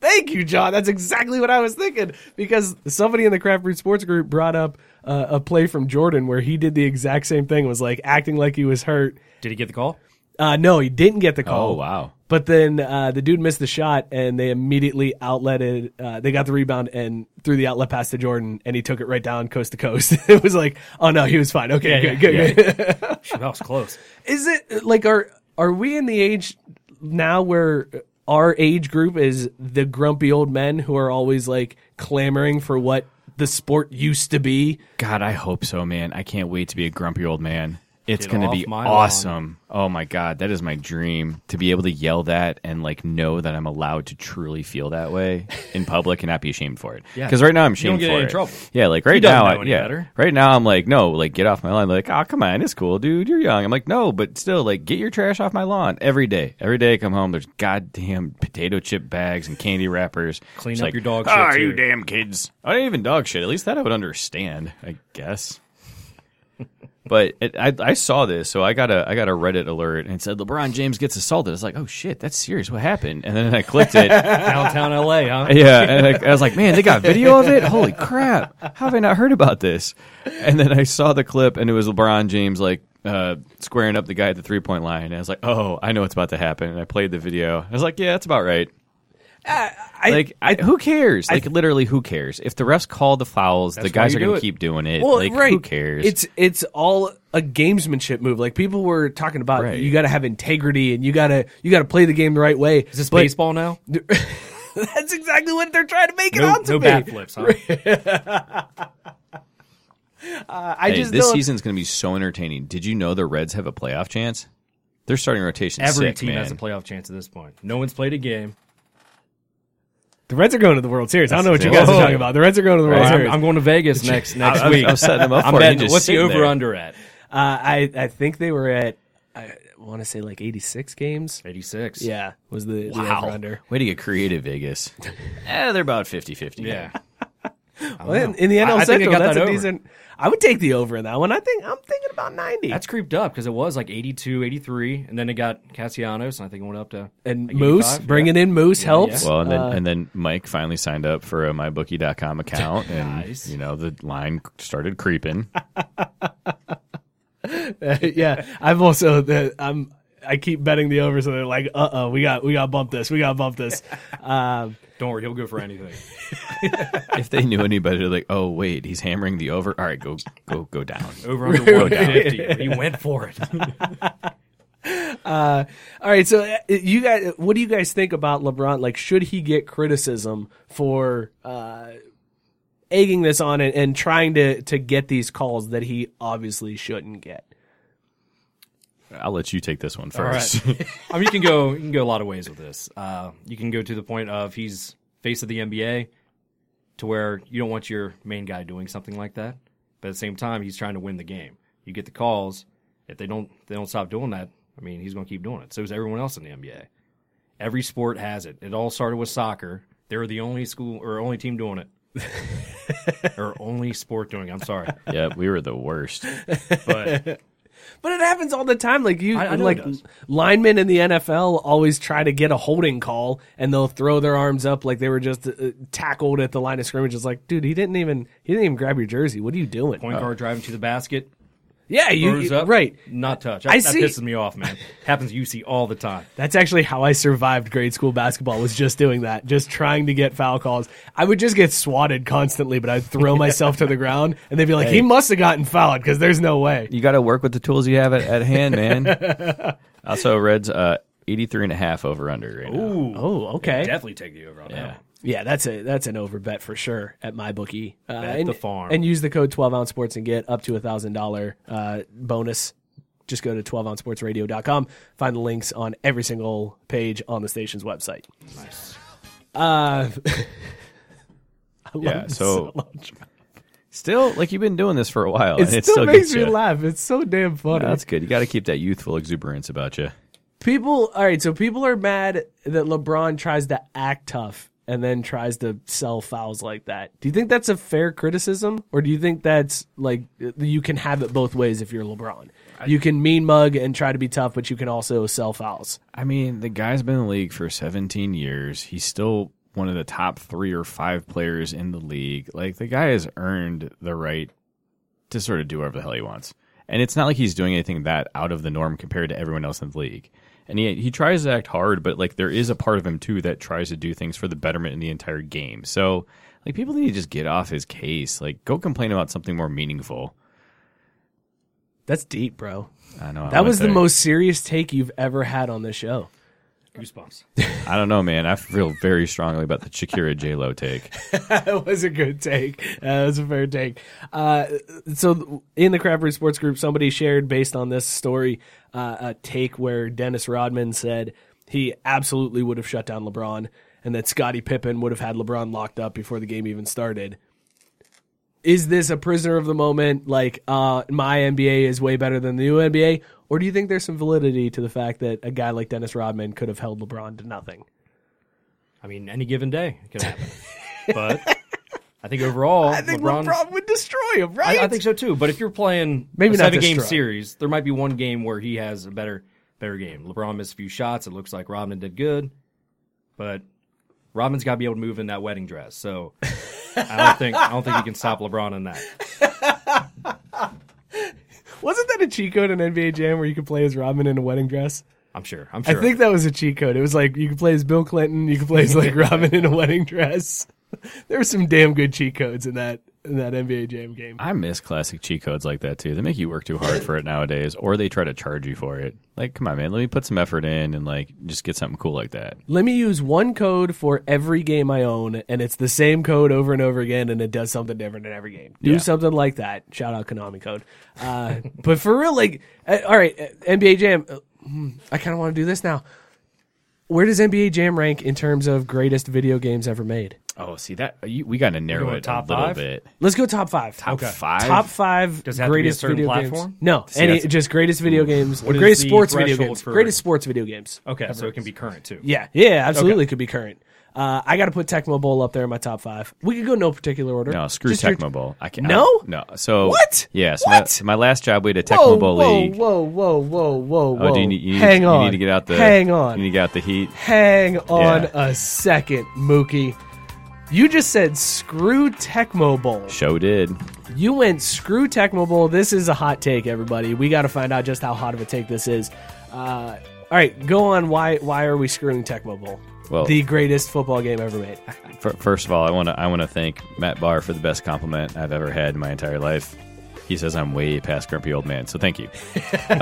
Speaker 1: Thank you, John. That's exactly what I was thinking because somebody in the Craft Brew Sports Group brought up uh, a play from Jordan where he did the exact same thing, was like acting like he was hurt.
Speaker 3: Did he get the call?
Speaker 1: Uh, no, he didn't get the call.
Speaker 2: Oh wow,
Speaker 1: But then uh, the dude missed the shot, and they immediately outletted. Uh, they got the rebound and threw the outlet pass to Jordan, and he took it right down coast to coast. it was like, oh no, he was fine. Okay,
Speaker 3: Yeah,
Speaker 1: good, good, good.
Speaker 3: Shoot, that was close.
Speaker 1: is it like are are we in the age now where our age group is the grumpy old men who are always like clamoring for what the sport used to be?
Speaker 2: God, I hope so, man. I can't wait to be a grumpy old man. It's
Speaker 3: Get
Speaker 2: gonna
Speaker 3: off
Speaker 2: be
Speaker 3: my lawn.
Speaker 2: awesome. Oh my god, that is my dream to be able to yell that and like know that I'm allowed to truly feel that way in public and not be ashamed for it.
Speaker 3: Yeah.
Speaker 2: Because right now I'm
Speaker 3: You don't
Speaker 2: ashamed
Speaker 3: get
Speaker 2: for
Speaker 3: any
Speaker 2: it.
Speaker 3: trouble.
Speaker 2: Yeah, like right
Speaker 3: doesn't
Speaker 2: now,
Speaker 3: know
Speaker 2: I,
Speaker 3: any
Speaker 2: yeah,
Speaker 3: better.
Speaker 2: right now I'm like, no, like get off my lawn. Like, oh come on, it's cool, dude. You're young. I'm like, no, but still, like, get your trash off my lawn every day. Every day I come home, there's goddamn potato chip bags and candy wrappers.
Speaker 3: Clean
Speaker 2: It's
Speaker 3: up
Speaker 2: like,
Speaker 3: your dog
Speaker 2: Ah,
Speaker 3: shit,
Speaker 2: you
Speaker 3: too."
Speaker 2: damn kids. I ain't even dog shit. At least that I would understand, I guess. But it, I, I saw this, so I got a I got a Reddit alert and it said LeBron James gets assaulted. I was like, oh shit, that's serious. What happened? And then I clicked it.
Speaker 3: Downtown LA, huh?
Speaker 2: yeah, and I, I was like, man, they got video of it. Holy crap! How have I not heard about this? And then I saw the clip, and it was LeBron James like uh, squaring up the guy at the three point line. And I was like, oh, I know what's about to happen. And I played the video. I was like, yeah, that's about right.
Speaker 1: I,
Speaker 2: Like, I, who cares? Like, literally, who cares? If the refs call the fouls, the
Speaker 3: That's
Speaker 2: guys are
Speaker 3: why you do
Speaker 2: going to
Speaker 3: it.
Speaker 2: keep doing it.
Speaker 1: well,
Speaker 2: like,
Speaker 1: right.
Speaker 2: who cares?
Speaker 1: It's it's all a gamesmanship move. Like people were talking about,
Speaker 2: Right.
Speaker 1: you got to have integrity and you gotta you gotta play the game the right way.
Speaker 3: Is this
Speaker 1: But
Speaker 3: baseball now?
Speaker 1: That's exactly what they're trying to make it
Speaker 3: No,
Speaker 1: out to
Speaker 3: no
Speaker 1: be.
Speaker 3: bat flips, huh?
Speaker 1: I
Speaker 2: Hey,
Speaker 1: Uh, just
Speaker 2: this
Speaker 1: don't-
Speaker 2: season's going to be so entertaining. Did you know the Reds have a playoff chance? They're starting rotation.
Speaker 3: Every
Speaker 2: sick,
Speaker 3: team
Speaker 2: man.
Speaker 3: has a playoff chance at this point. No one's played a game.
Speaker 1: the Reds are going to the World Series. I don't know what you
Speaker 2: That's
Speaker 1: guys are
Speaker 2: insane.
Speaker 1: talking about. The Reds are going to the World
Speaker 3: Well, I'm,
Speaker 1: Series.
Speaker 3: I'm going to Vegas next next
Speaker 2: I was-
Speaker 3: week.
Speaker 2: I was setting them up
Speaker 3: I'm
Speaker 2: for it. You
Speaker 3: betting-
Speaker 2: just
Speaker 3: What's the
Speaker 2: sit there.
Speaker 3: over under at?
Speaker 1: Uh, I I think they were at I want to say like 86 games.
Speaker 3: 86.
Speaker 1: Yeah, was the, the over under.
Speaker 2: Way to get creative, Vegas. eh, they're about 50 50.
Speaker 3: Yeah.
Speaker 1: Well, in, in the
Speaker 3: I- I
Speaker 1: NL
Speaker 3: think I
Speaker 1: Central,
Speaker 3: got
Speaker 1: that's
Speaker 3: that
Speaker 1: a
Speaker 3: over.
Speaker 1: decent. I would take the over in that one. I think I'm thinking about 90
Speaker 3: That's creeped up because it was like 82, 83, and then it got Cassianos, and I think it went up to
Speaker 1: and
Speaker 3: like
Speaker 1: Moose
Speaker 3: 85, yeah.
Speaker 1: bringing in Moose helps.
Speaker 2: Well, and then and then Mike finally signed up for a mybookie.com account, and you know the line started creeping.
Speaker 1: yeah, I've also the I'm I keep betting the over, so they're like, uh oh, we got we got to bump this, we got to bump this. um,
Speaker 3: Don't worry, he'll go for anything.
Speaker 2: if they knew any better, like, oh wait, he's hammering the over. All right, go go go down.
Speaker 3: Over under 150. but he went for it.
Speaker 1: All right, so uh, you guys, what do you guys think about LeBron? Like, should he get criticism for uh, egging this on and, and trying to to get these calls that he obviously shouldn't get?
Speaker 2: I'll let you take this one
Speaker 3: All
Speaker 2: first.
Speaker 3: right. I mean, you can go you can go a lot of ways with this. Uh, you can go to the point of he's face of the NBA, to where you don't want your main guy doing something like that. But at the same time, he's trying to win the game. You get the calls. If they don't they don't stop doing that, I mean, he's going to keep doing it. So is everyone else in the NBA. Every sport has it. It all started with soccer. They were the only school or only team doing it. or only sport doing. it. I'm sorry,
Speaker 2: yeah, we were the worst.
Speaker 3: but
Speaker 1: But it happens all the time. Like you,
Speaker 3: I- I know
Speaker 1: like
Speaker 3: it does.
Speaker 1: linemen in the NFL always try to get a holding call, and they'll throw their arms up like they were just uh, tackled at the line of scrimmage. It's like, dude, he didn't even he didn't even grab your jersey. What are you doing? Uh,
Speaker 3: Point guard driving to the basket,
Speaker 1: yeah, you
Speaker 3: throws
Speaker 1: you-
Speaker 3: up,
Speaker 1: right.
Speaker 3: Not touch.
Speaker 1: I
Speaker 3: That, that
Speaker 1: see-
Speaker 3: pisses me off, man. Happens you see all the time.
Speaker 1: That's actually how I survived grade school basketball was just doing that, just trying to get foul calls. I would just get swatted constantly, but I'd throw myself to the ground and they'd be like, he must have gotten fouled because there's no way.
Speaker 2: You got to work with the tools you have at, at hand, man. also, Reds uh, 83 and a half over under right now.
Speaker 3: Ooh,
Speaker 1: Oh, okay.
Speaker 3: definitely take the over on that.
Speaker 2: Yeah.
Speaker 3: one.
Speaker 1: Yeah, that's a that's an over bet for sure at my bookie. Uh,
Speaker 3: Bet
Speaker 1: and,
Speaker 3: the farm.
Speaker 1: and use the code twelve ounce sports and get up to a thousand dollar uh, bonus. Just go to 12 ouncesportsradio.com, find the links on every single page on the station's website. Nice. Uh, I love
Speaker 2: Yeah,
Speaker 1: this
Speaker 2: so-
Speaker 1: much.
Speaker 2: Still, like you've been doing this for a while.
Speaker 1: it
Speaker 2: and
Speaker 1: still,
Speaker 2: it still
Speaker 1: makes
Speaker 2: gets
Speaker 1: me
Speaker 2: ya.
Speaker 1: laugh. It's so damn funny.
Speaker 2: That's good. You got to keep that youthful exuberance about you.
Speaker 1: people, all right. So people are mad that LeBron tries to act tough and then tries to sell fouls like that. Do you think that's a fair criticism, or do you think that's like you can have it both ways if you're LeBron? you can mean mug and try to be tough, but you can also sell fouls.
Speaker 2: I mean, the guy's been in the league for 17 years. He's still one of the top three or five players in the league. Like, the guy has earned the right to sort of do whatever the hell he wants. And it's not like he's doing anything that out of the norm compared to everyone else in the league. And he, he tries to act hard, but like there is a part of him too that tries to do things for the betterment in the entire game. So like people need to just get off his case. Like go complain about something more meaningful.
Speaker 1: That's deep, bro.
Speaker 2: I know I
Speaker 1: That
Speaker 2: went
Speaker 1: was the
Speaker 2: there.
Speaker 1: most serious take you've ever had on this show.
Speaker 3: Goosebumps.
Speaker 2: I don't know, man. I feel very strongly about the Shakira J Lo take.
Speaker 1: that was a good take. That was a fair take. Uh, so in the Crabtree Sports Group, somebody shared based on this story uh, a take where Dennis Rodman said he absolutely would have shut down LeBron, and that Scottie Pippen would have had LeBron locked up before the game even started. Is this a prisoner of the moment? Like uh, my NBA is way better than the new NBA, or do you think there's some validity to the fact that a guy like Dennis Rodman could have held LeBron to nothing?
Speaker 3: I mean, any given day it could happen. but I think overall, LeBron.
Speaker 1: would destroy him, right?
Speaker 3: I, I think so too. But if you're playing
Speaker 1: Maybe
Speaker 3: a
Speaker 1: not
Speaker 3: seven game
Speaker 1: destroy.
Speaker 3: series, there might be one game where he has a better better game. LeBron missed a few shots. It looks like Robin did good, but Robin's got to be able to move in that wedding dress. So I don't think I don't think you can stop LeBron in that.
Speaker 1: Wasn't that a cheat code in NBA Jam where you could play as Robin in a wedding dress?
Speaker 3: I'm sure. I'm sure.
Speaker 1: I think that was a cheat code. It was like you could play as Bill Clinton, you could play as like Robin in a wedding dress. There were some damn good cheat codes in that in that NBA Jam game.
Speaker 2: I miss classic cheat codes like that too. They make you work too hard for it nowadays, or they try to charge you for it. Like, come on, man, let me put some effort in and like just get something cool like that.
Speaker 1: Let me use one code for every game I own, and it's the same code over and over again, and it does something different in every game. Do
Speaker 2: Yeah.
Speaker 1: something like that. Shout out Konami code. Uh, but for real, like, uh, all right, uh, NBA Jam. uh, hmm, I kind of want to do this now. Where does NBA Jam rank in terms of greatest video games ever made?
Speaker 2: Oh, see that you, we got to narrow
Speaker 3: going
Speaker 2: it
Speaker 3: top
Speaker 2: a little
Speaker 3: five?
Speaker 2: bit.
Speaker 1: Let's go top five.
Speaker 2: Top Okay. five?
Speaker 1: Top five.
Speaker 3: Does it have to be a
Speaker 1: greatest
Speaker 3: certain
Speaker 1: video
Speaker 3: platform?
Speaker 1: Games. No,
Speaker 2: See,
Speaker 1: any
Speaker 2: that's-
Speaker 1: just greatest video games.
Speaker 3: What
Speaker 1: or
Speaker 3: is
Speaker 1: greatest
Speaker 3: the
Speaker 1: sports video
Speaker 3: threshold
Speaker 1: games.
Speaker 3: for-
Speaker 1: Greatest sports video games.
Speaker 3: okay, so it can be current too.
Speaker 1: Yeah, yeah, absolutely could be current. Uh, I got to put Tecmo Bowl up there in my top five. We could go no particular order.
Speaker 2: No, screw
Speaker 1: Just your-
Speaker 2: Tecmo Bowl. I can't.
Speaker 1: No?
Speaker 2: no. So
Speaker 1: What?
Speaker 2: Yeah. So My,
Speaker 1: What?
Speaker 2: so my last job, we had a Tecmo
Speaker 1: Whoa,
Speaker 2: Bowl
Speaker 1: whoa,
Speaker 2: league.
Speaker 1: whoa, whoa, whoa, whoa, whoa!
Speaker 2: Oh, do you need, you need-
Speaker 1: Hang
Speaker 2: you
Speaker 1: on.
Speaker 2: need to get out the
Speaker 1: Hang on.
Speaker 2: You need to get out the heat.
Speaker 1: Hang on
Speaker 2: Yeah.
Speaker 1: a second, Mookie. You just said screw Tecmo Bowl.
Speaker 2: Show did.
Speaker 1: You went screw Tecmo Bowl. This is a hot take, everybody. We got to find out just how hot of a take this is. Uh, all right, go on. Why why are we screwing Tecmo Bowl?
Speaker 2: Well-
Speaker 1: the greatest football game ever made.
Speaker 2: Fir- First of all, I want to I want to thank Matt Barr for the best compliment I've ever had in my entire life. He says I'm way past grumpy old man, so thank you.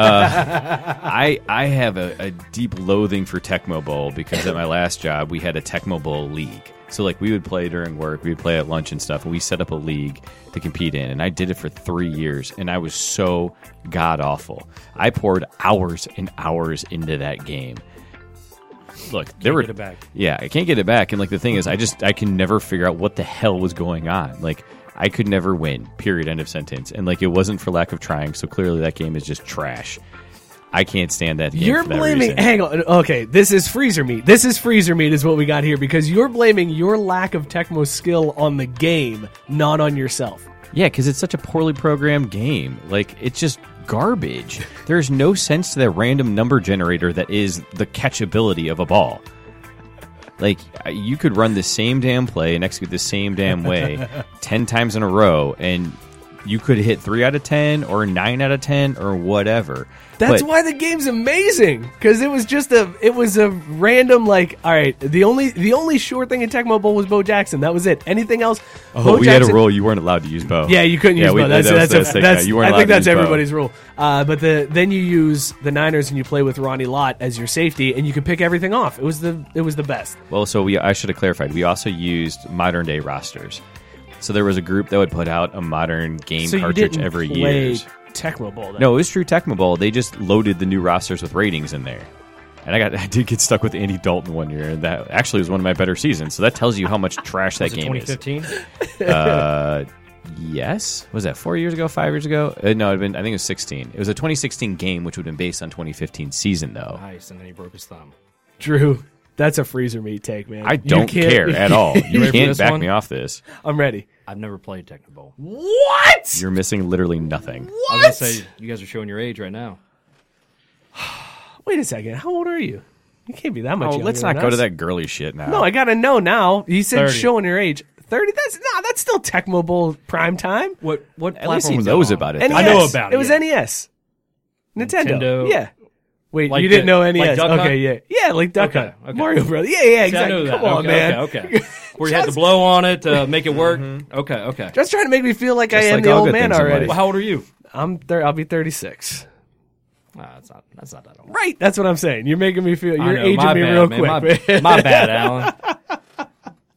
Speaker 2: Uh, I I have a, a deep loathing for Tecmo Bowl because at my last job we had a Tecmo Bowl league. So like we would play during work, we would play at lunch and stuff, and we set up a league to compete in. And I did it for three years, and I was so god awful. I poured hours and hours into that game look, there were
Speaker 3: get it back.
Speaker 2: Yeah, I can't get it back. And like the thing is, I just I can never figure out what the hell was going on. Like I could never win. Period. End of sentence. And like it wasn't for lack of trying. So clearly that game is just trash. I can't stand that. Game
Speaker 1: You're
Speaker 2: for that
Speaker 1: blaming.
Speaker 2: reason.
Speaker 1: Hang on. Okay, this is freezer meat. This is freezer meat, is what we got here because you're blaming your lack of Tecmo skill on the game, not on yourself.
Speaker 2: Yeah, because it's such a poorly programmed game. Like it's just garbage. There's no sense to that random number generator that is the catchability of a ball. Like I- you could run the same damn play and execute the same damn way 10 times in a row and you could hit 3 out of 10 or 9 out of 10 or whatever.
Speaker 1: That's
Speaker 2: But-
Speaker 1: why the game's amazing because it was just a it was a random like all right the only the only sure thing in Tecmo Bowl was Bo Jackson that was it anything else
Speaker 2: Oh,
Speaker 1: Bo
Speaker 2: we had
Speaker 1: Jackson,
Speaker 2: a rule you weren't allowed to use bow.
Speaker 1: yeah you couldn't use
Speaker 2: we-
Speaker 1: Bo that's
Speaker 2: that was-
Speaker 1: that's,
Speaker 2: that was
Speaker 1: a,
Speaker 2: sick.
Speaker 1: that's
Speaker 2: Yeah, you weren't
Speaker 1: I
Speaker 2: allowed
Speaker 1: think
Speaker 2: to
Speaker 1: that's
Speaker 2: use bow.
Speaker 1: everybody's rule uh, but the then you use the Niners and you play with Ronnie Lott as your safety and you could pick everything off it was the it was the best
Speaker 2: Well, so we I should have clarified. We also used modern day rosters. So there was a group that would put out a modern game
Speaker 1: so you
Speaker 2: cartridge
Speaker 1: didn't
Speaker 2: every
Speaker 1: play
Speaker 2: year.
Speaker 1: Tecmo Bowl then.
Speaker 2: No, it was true Tecmo Bowl. They just loaded the new rosters with ratings in there. And I got I did get stuck with Andy Dalton one year, and that actually was one of my better seasons. So that tells you how much trash that
Speaker 3: Was it
Speaker 2: game is.
Speaker 3: 2015?
Speaker 2: Uh, yes, was that four years ago, five years ago? Uh, no, it'd been I think it was sixteen. It was a 2016 game, which would have been based on 2015 season though.
Speaker 3: Nice, and then he broke his thumb.
Speaker 1: Drew that's a freezer meat take man
Speaker 2: I
Speaker 1: You
Speaker 2: don't
Speaker 1: can't-
Speaker 2: care at all.
Speaker 3: You
Speaker 2: You
Speaker 3: ready for
Speaker 2: can't
Speaker 3: this
Speaker 2: back
Speaker 3: one?
Speaker 2: me off this.
Speaker 1: I'm ready
Speaker 3: I've never played Tecmo Bowl.
Speaker 1: what
Speaker 2: You're missing literally nothing.
Speaker 3: I was gonna say you guys are showing your age right now.
Speaker 1: Wait a second. How old are you? You can't be that much.
Speaker 2: Oh,
Speaker 1: younger
Speaker 2: let's not
Speaker 1: than
Speaker 2: go to
Speaker 1: us.
Speaker 2: that girly shit now.
Speaker 1: No, I gotta know now. You said
Speaker 3: 30.
Speaker 1: showing your age. Thirty. That's no. That's still Tecmo Bowl prime time.
Speaker 3: What what
Speaker 2: at least he knows about it.
Speaker 1: NES.
Speaker 2: though.
Speaker 3: know about it,
Speaker 1: E was
Speaker 3: yeah.
Speaker 1: NES. Nintendo.
Speaker 3: Nintendo.
Speaker 1: Yeah. Wait,
Speaker 3: Like
Speaker 1: you didn't
Speaker 3: the-
Speaker 1: know
Speaker 3: like
Speaker 1: NES?
Speaker 3: Duck Hunt?
Speaker 1: okay, yeah, yeah, like Duck
Speaker 3: Okay,
Speaker 1: Hunt,
Speaker 3: okay.
Speaker 1: Mario Brothers. Yeah, yeah,
Speaker 3: Yeah, I
Speaker 1: exactly.
Speaker 3: know that.
Speaker 1: Come on,
Speaker 3: okay,
Speaker 1: man.
Speaker 3: Okay, okay. Where you had to
Speaker 1: Just-
Speaker 3: blow on it to make it work. Okay, okay.
Speaker 1: Just trying to make me feel like I
Speaker 2: Just
Speaker 1: am
Speaker 2: like
Speaker 1: the
Speaker 2: all
Speaker 1: old
Speaker 2: good
Speaker 1: man
Speaker 2: things in
Speaker 1: already.
Speaker 3: Well, how old are you?
Speaker 1: I'm thir- I'll be 36.
Speaker 3: Ah, that's not. That's not that old.
Speaker 1: Right. That's what I'm saying. You're making me feel.
Speaker 3: I
Speaker 1: You're
Speaker 3: know,
Speaker 1: aging
Speaker 3: my
Speaker 1: me
Speaker 3: bad,
Speaker 1: real
Speaker 3: man,
Speaker 1: quick.
Speaker 3: My, my bad, Alan.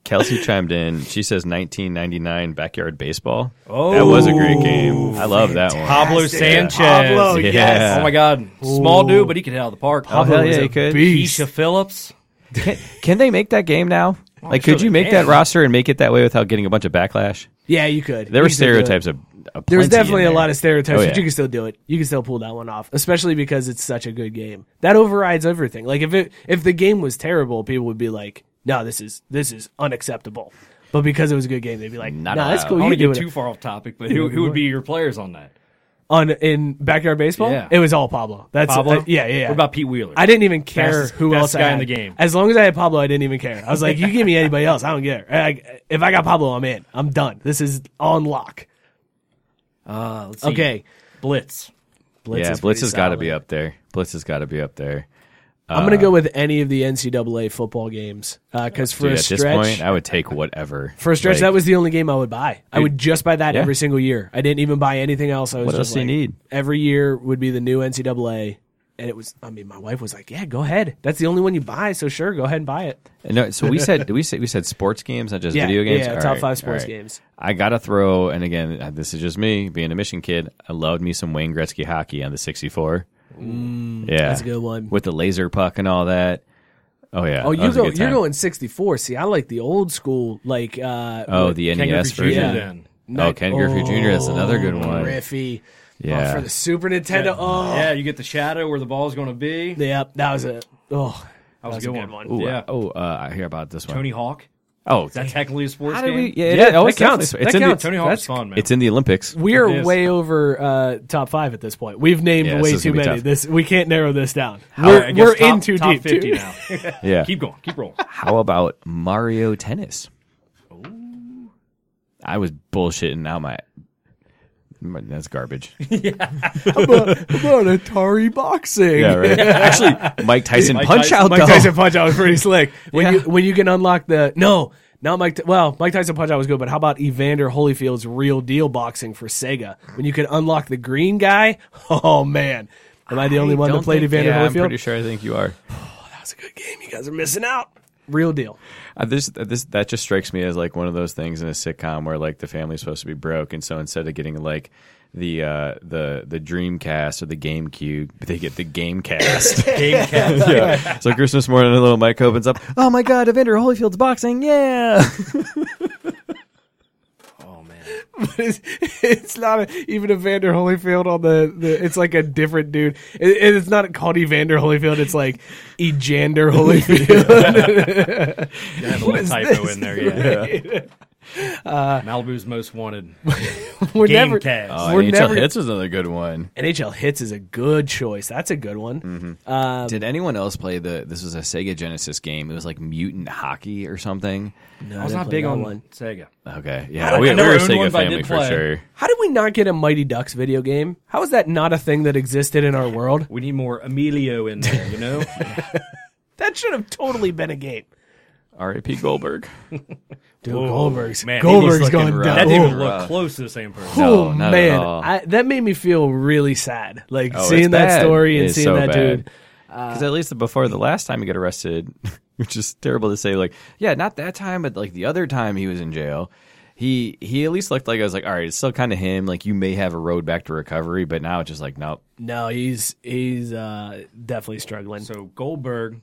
Speaker 2: Kelsey chimed in. She says 1999 backyard baseball.
Speaker 3: Oh.
Speaker 2: that was a great
Speaker 1: Oh,
Speaker 2: game. I love that one.
Speaker 3: Pablo Sanchez.
Speaker 1: Pablo,
Speaker 2: Yeah.
Speaker 1: yes.
Speaker 3: Oh my God, small dude, but he could hit out of the park.
Speaker 2: Oh, hell yeah,
Speaker 1: was a
Speaker 2: you could.
Speaker 1: beast.
Speaker 3: Keisha Phillips.
Speaker 2: Can, can they make that game now?
Speaker 1: Oh,
Speaker 2: like,
Speaker 3: sure
Speaker 2: could you
Speaker 3: they
Speaker 2: make
Speaker 3: can.
Speaker 2: that roster and make it that way without getting a bunch of backlash?
Speaker 1: Yeah, you could.
Speaker 2: There were
Speaker 1: You could do it.
Speaker 2: stereotypes of. of
Speaker 1: There was
Speaker 2: plenty in
Speaker 1: definitely a
Speaker 2: there.
Speaker 1: lot of stereotypes,
Speaker 2: Oh,
Speaker 1: but
Speaker 2: yeah.
Speaker 1: you can still do it. You can still pull that one off, especially because it's such a good game. That overrides everything. Like if it if the game was terrible, people would be like, "No, this is this is unacceptable." But because it was a good game, they'd be like, "No,
Speaker 2: Not
Speaker 1: that's
Speaker 2: allowed.
Speaker 1: cool.
Speaker 3: I
Speaker 1: You
Speaker 3: don't
Speaker 1: do
Speaker 3: want
Speaker 1: it
Speaker 3: to get too far off topic, but who, who would be your players on that?
Speaker 1: on in backyard baseball."
Speaker 3: Yeah.
Speaker 1: It was all Pablo. That's
Speaker 3: Pablo?
Speaker 1: uh, yeah, yeah, yeah.
Speaker 3: What about Pete Wheeler?
Speaker 1: I didn't even care
Speaker 3: Fastest-
Speaker 1: who else
Speaker 3: fastest
Speaker 1: I
Speaker 3: guy
Speaker 1: had.
Speaker 3: in the game.
Speaker 1: As long as I had Pablo, I didn't even care. I was like, "You give me anybody else, I don't care. I, if I got Pablo, I'm in. I'm done. This is on lock."
Speaker 3: Uh, let's see.
Speaker 1: Okay,
Speaker 3: Blitz.
Speaker 1: Blitz
Speaker 2: yeah,
Speaker 1: is
Speaker 2: Blitz
Speaker 1: pretty
Speaker 2: has got to
Speaker 1: solid.
Speaker 2: be up there. Blitz has got to be up there.
Speaker 1: I'm gonna go with any of the NCAA football games because for
Speaker 2: Uh, Dude,
Speaker 1: a
Speaker 2: at
Speaker 1: stretch,
Speaker 2: this point, I would take whatever.
Speaker 1: for a stretch,
Speaker 2: Like,
Speaker 1: that was the only game I would buy. I would just buy that
Speaker 2: Yeah.
Speaker 1: every single year. I didn't even buy anything else. I was
Speaker 2: What
Speaker 1: just
Speaker 2: else do you
Speaker 1: like,
Speaker 2: need?
Speaker 1: Every year would be the new NCAA, and it was. I mean, my wife was like, "Yeah, go ahead. That's the only one you buy, so sure, go ahead and buy it."
Speaker 2: No, so we said we said we said sports games, not just
Speaker 1: Yeah,
Speaker 2: video games.
Speaker 1: yeah,
Speaker 2: All
Speaker 1: top
Speaker 2: right,
Speaker 1: five
Speaker 2: all
Speaker 1: sports
Speaker 2: right.
Speaker 1: games.
Speaker 2: I gotta throw, and again, uh, this is just me being a mission kid. I loved me some Wayne Gretzky hockey on the '64. yeah,
Speaker 1: Mm, that's a good one.
Speaker 2: with the laser puck and all that. Oh yeah.
Speaker 1: Oh,
Speaker 2: that
Speaker 1: you
Speaker 2: was a
Speaker 1: go.
Speaker 2: good
Speaker 1: You're
Speaker 2: time.
Speaker 1: going 64. See, I like the old school, like uh,
Speaker 2: Oh, the
Speaker 3: Ken
Speaker 2: NES
Speaker 3: Griffey Jr.
Speaker 2: version.
Speaker 3: Then.
Speaker 2: Oh, Ken Griffey Jr. That's another good
Speaker 1: Oh,
Speaker 2: one.
Speaker 1: Griffey.
Speaker 2: Yeah.
Speaker 1: Oh, for the Super Nintendo. Oh,
Speaker 3: Yeah, you get the shadow where the ball's going to be. That
Speaker 1: yeah, that was it. Oh,
Speaker 3: was, a good, one.
Speaker 2: Ooh,
Speaker 3: yeah.
Speaker 2: Oh, uh, I hear about this one.
Speaker 3: Tony Hawk.
Speaker 2: oh,
Speaker 3: Is that technically a sports
Speaker 2: how did
Speaker 3: game?
Speaker 2: we? Yeah, it
Speaker 1: Yeah,
Speaker 2: is. oh,
Speaker 1: that
Speaker 2: it's definitely-
Speaker 1: counts.
Speaker 2: It's
Speaker 1: That
Speaker 2: in
Speaker 1: counts.
Speaker 2: the.
Speaker 3: Tony Hawk's
Speaker 1: That's-
Speaker 3: fun, man.
Speaker 2: It's in the Olympics.
Speaker 1: We're
Speaker 3: It is.
Speaker 1: way over uh, top five at this point. We've named
Speaker 2: Yeah,
Speaker 1: way
Speaker 2: this is
Speaker 1: too
Speaker 2: gonna be
Speaker 1: many.
Speaker 2: tough.
Speaker 1: This we can't narrow this down.
Speaker 3: All
Speaker 1: we're
Speaker 3: right, I guess
Speaker 1: we're
Speaker 3: top-
Speaker 1: in too
Speaker 3: top
Speaker 1: deep.
Speaker 3: 50
Speaker 1: too.
Speaker 3: now.
Speaker 2: Yeah.
Speaker 3: keep going. Keep rolling.
Speaker 2: How about Mario Tennis?
Speaker 1: Oh.
Speaker 2: I was bullshitting out my. my- That's garbage.
Speaker 1: About Atari boxing.
Speaker 2: Yeah, right. Actually, Mike Tyson
Speaker 3: Mike
Speaker 2: punch
Speaker 3: Tyson-
Speaker 2: out
Speaker 1: Mike
Speaker 2: though.
Speaker 1: Tyson punch out was pretty slick. When
Speaker 2: Yeah.
Speaker 1: you when you can unlock the no, not Mike. Ty- Well, Mike Tyson punch out was good, but how about Evander Holyfield's real deal boxing for Sega? When you could unlock the green guy, oh man, am I the only one that
Speaker 2: Don't
Speaker 1: played
Speaker 2: think-
Speaker 1: Evander
Speaker 2: yeah, I'm
Speaker 1: Holyfield?
Speaker 2: pretty sure. I think you are.
Speaker 1: That's a good game. You guys are missing out. Real deal.
Speaker 2: Uh, this this that just strikes me as like one of those things in a sitcom where like the family's supposed to be broke, and so instead of getting like the uh, the the Dreamcast or the GameCube, they get the GameCast.
Speaker 3: Gamecast.
Speaker 2: yeah. So Christmas morning, little Mike opens up. Oh my God, Evander Holyfield's boxing! Yeah.
Speaker 3: Oh man.
Speaker 1: it's, it's not a, even Evander Holyfield on the, the. It's like a different dude. It, it's not called Evander Holyfield. It's like Ejander Holyfield.
Speaker 3: I have a little typo in there. Yeah. Malibu's most wanted.
Speaker 1: We're
Speaker 3: Game
Speaker 1: never.
Speaker 3: Cast.
Speaker 2: Oh,
Speaker 1: we're
Speaker 2: NHL
Speaker 1: never.
Speaker 2: hits is another good one.
Speaker 1: NHL hits is a good choice. That's a good one.
Speaker 2: Mm-hmm. Did anyone else play the? This was a Sega Genesis game. It was like mutant hockey or something.
Speaker 1: No,
Speaker 3: I was
Speaker 1: didn't
Speaker 3: not
Speaker 1: play
Speaker 3: big
Speaker 1: that
Speaker 3: on Sega.
Speaker 2: Okay,
Speaker 3: I
Speaker 2: yeah,
Speaker 3: don't-
Speaker 2: we,
Speaker 3: I
Speaker 2: we
Speaker 3: never
Speaker 2: were a
Speaker 3: owned one,
Speaker 2: Sega
Speaker 3: but I did
Speaker 2: family for
Speaker 3: play.
Speaker 2: sure.
Speaker 1: How did we not get a Mighty Ducks video game? How is that not a thing that existed in our world?
Speaker 3: We need more Emilio in there, you know?
Speaker 1: That should have totally been a game.
Speaker 2: R.A.P. Goldberg.
Speaker 1: Dude,
Speaker 3: Whoa,
Speaker 1: Goldberg's
Speaker 3: man, he was
Speaker 1: Goldberg's
Speaker 2: looking
Speaker 1: going
Speaker 2: rough.
Speaker 1: down.
Speaker 3: that didn't even
Speaker 2: Oh.
Speaker 3: look close to the same person.
Speaker 2: No,
Speaker 1: oh
Speaker 2: not at
Speaker 1: man,
Speaker 2: all.
Speaker 1: I, that made me feel really sad. Like
Speaker 2: Oh,
Speaker 1: seeing
Speaker 2: it's
Speaker 1: that
Speaker 2: bad.
Speaker 1: story and
Speaker 2: It's
Speaker 1: seeing
Speaker 2: so
Speaker 1: that
Speaker 2: bad.
Speaker 1: dude.
Speaker 2: Because at least before the last time he got arrested, which is terrible to say, like, yeah, not that time, but like the other time he was in jail, he he at least looked like I was like, all right, it's still kind of him. Like you may have a road back to recovery, but now it's just like, nope.
Speaker 1: No, he's he's uh, definitely struggling.
Speaker 3: So Goldberg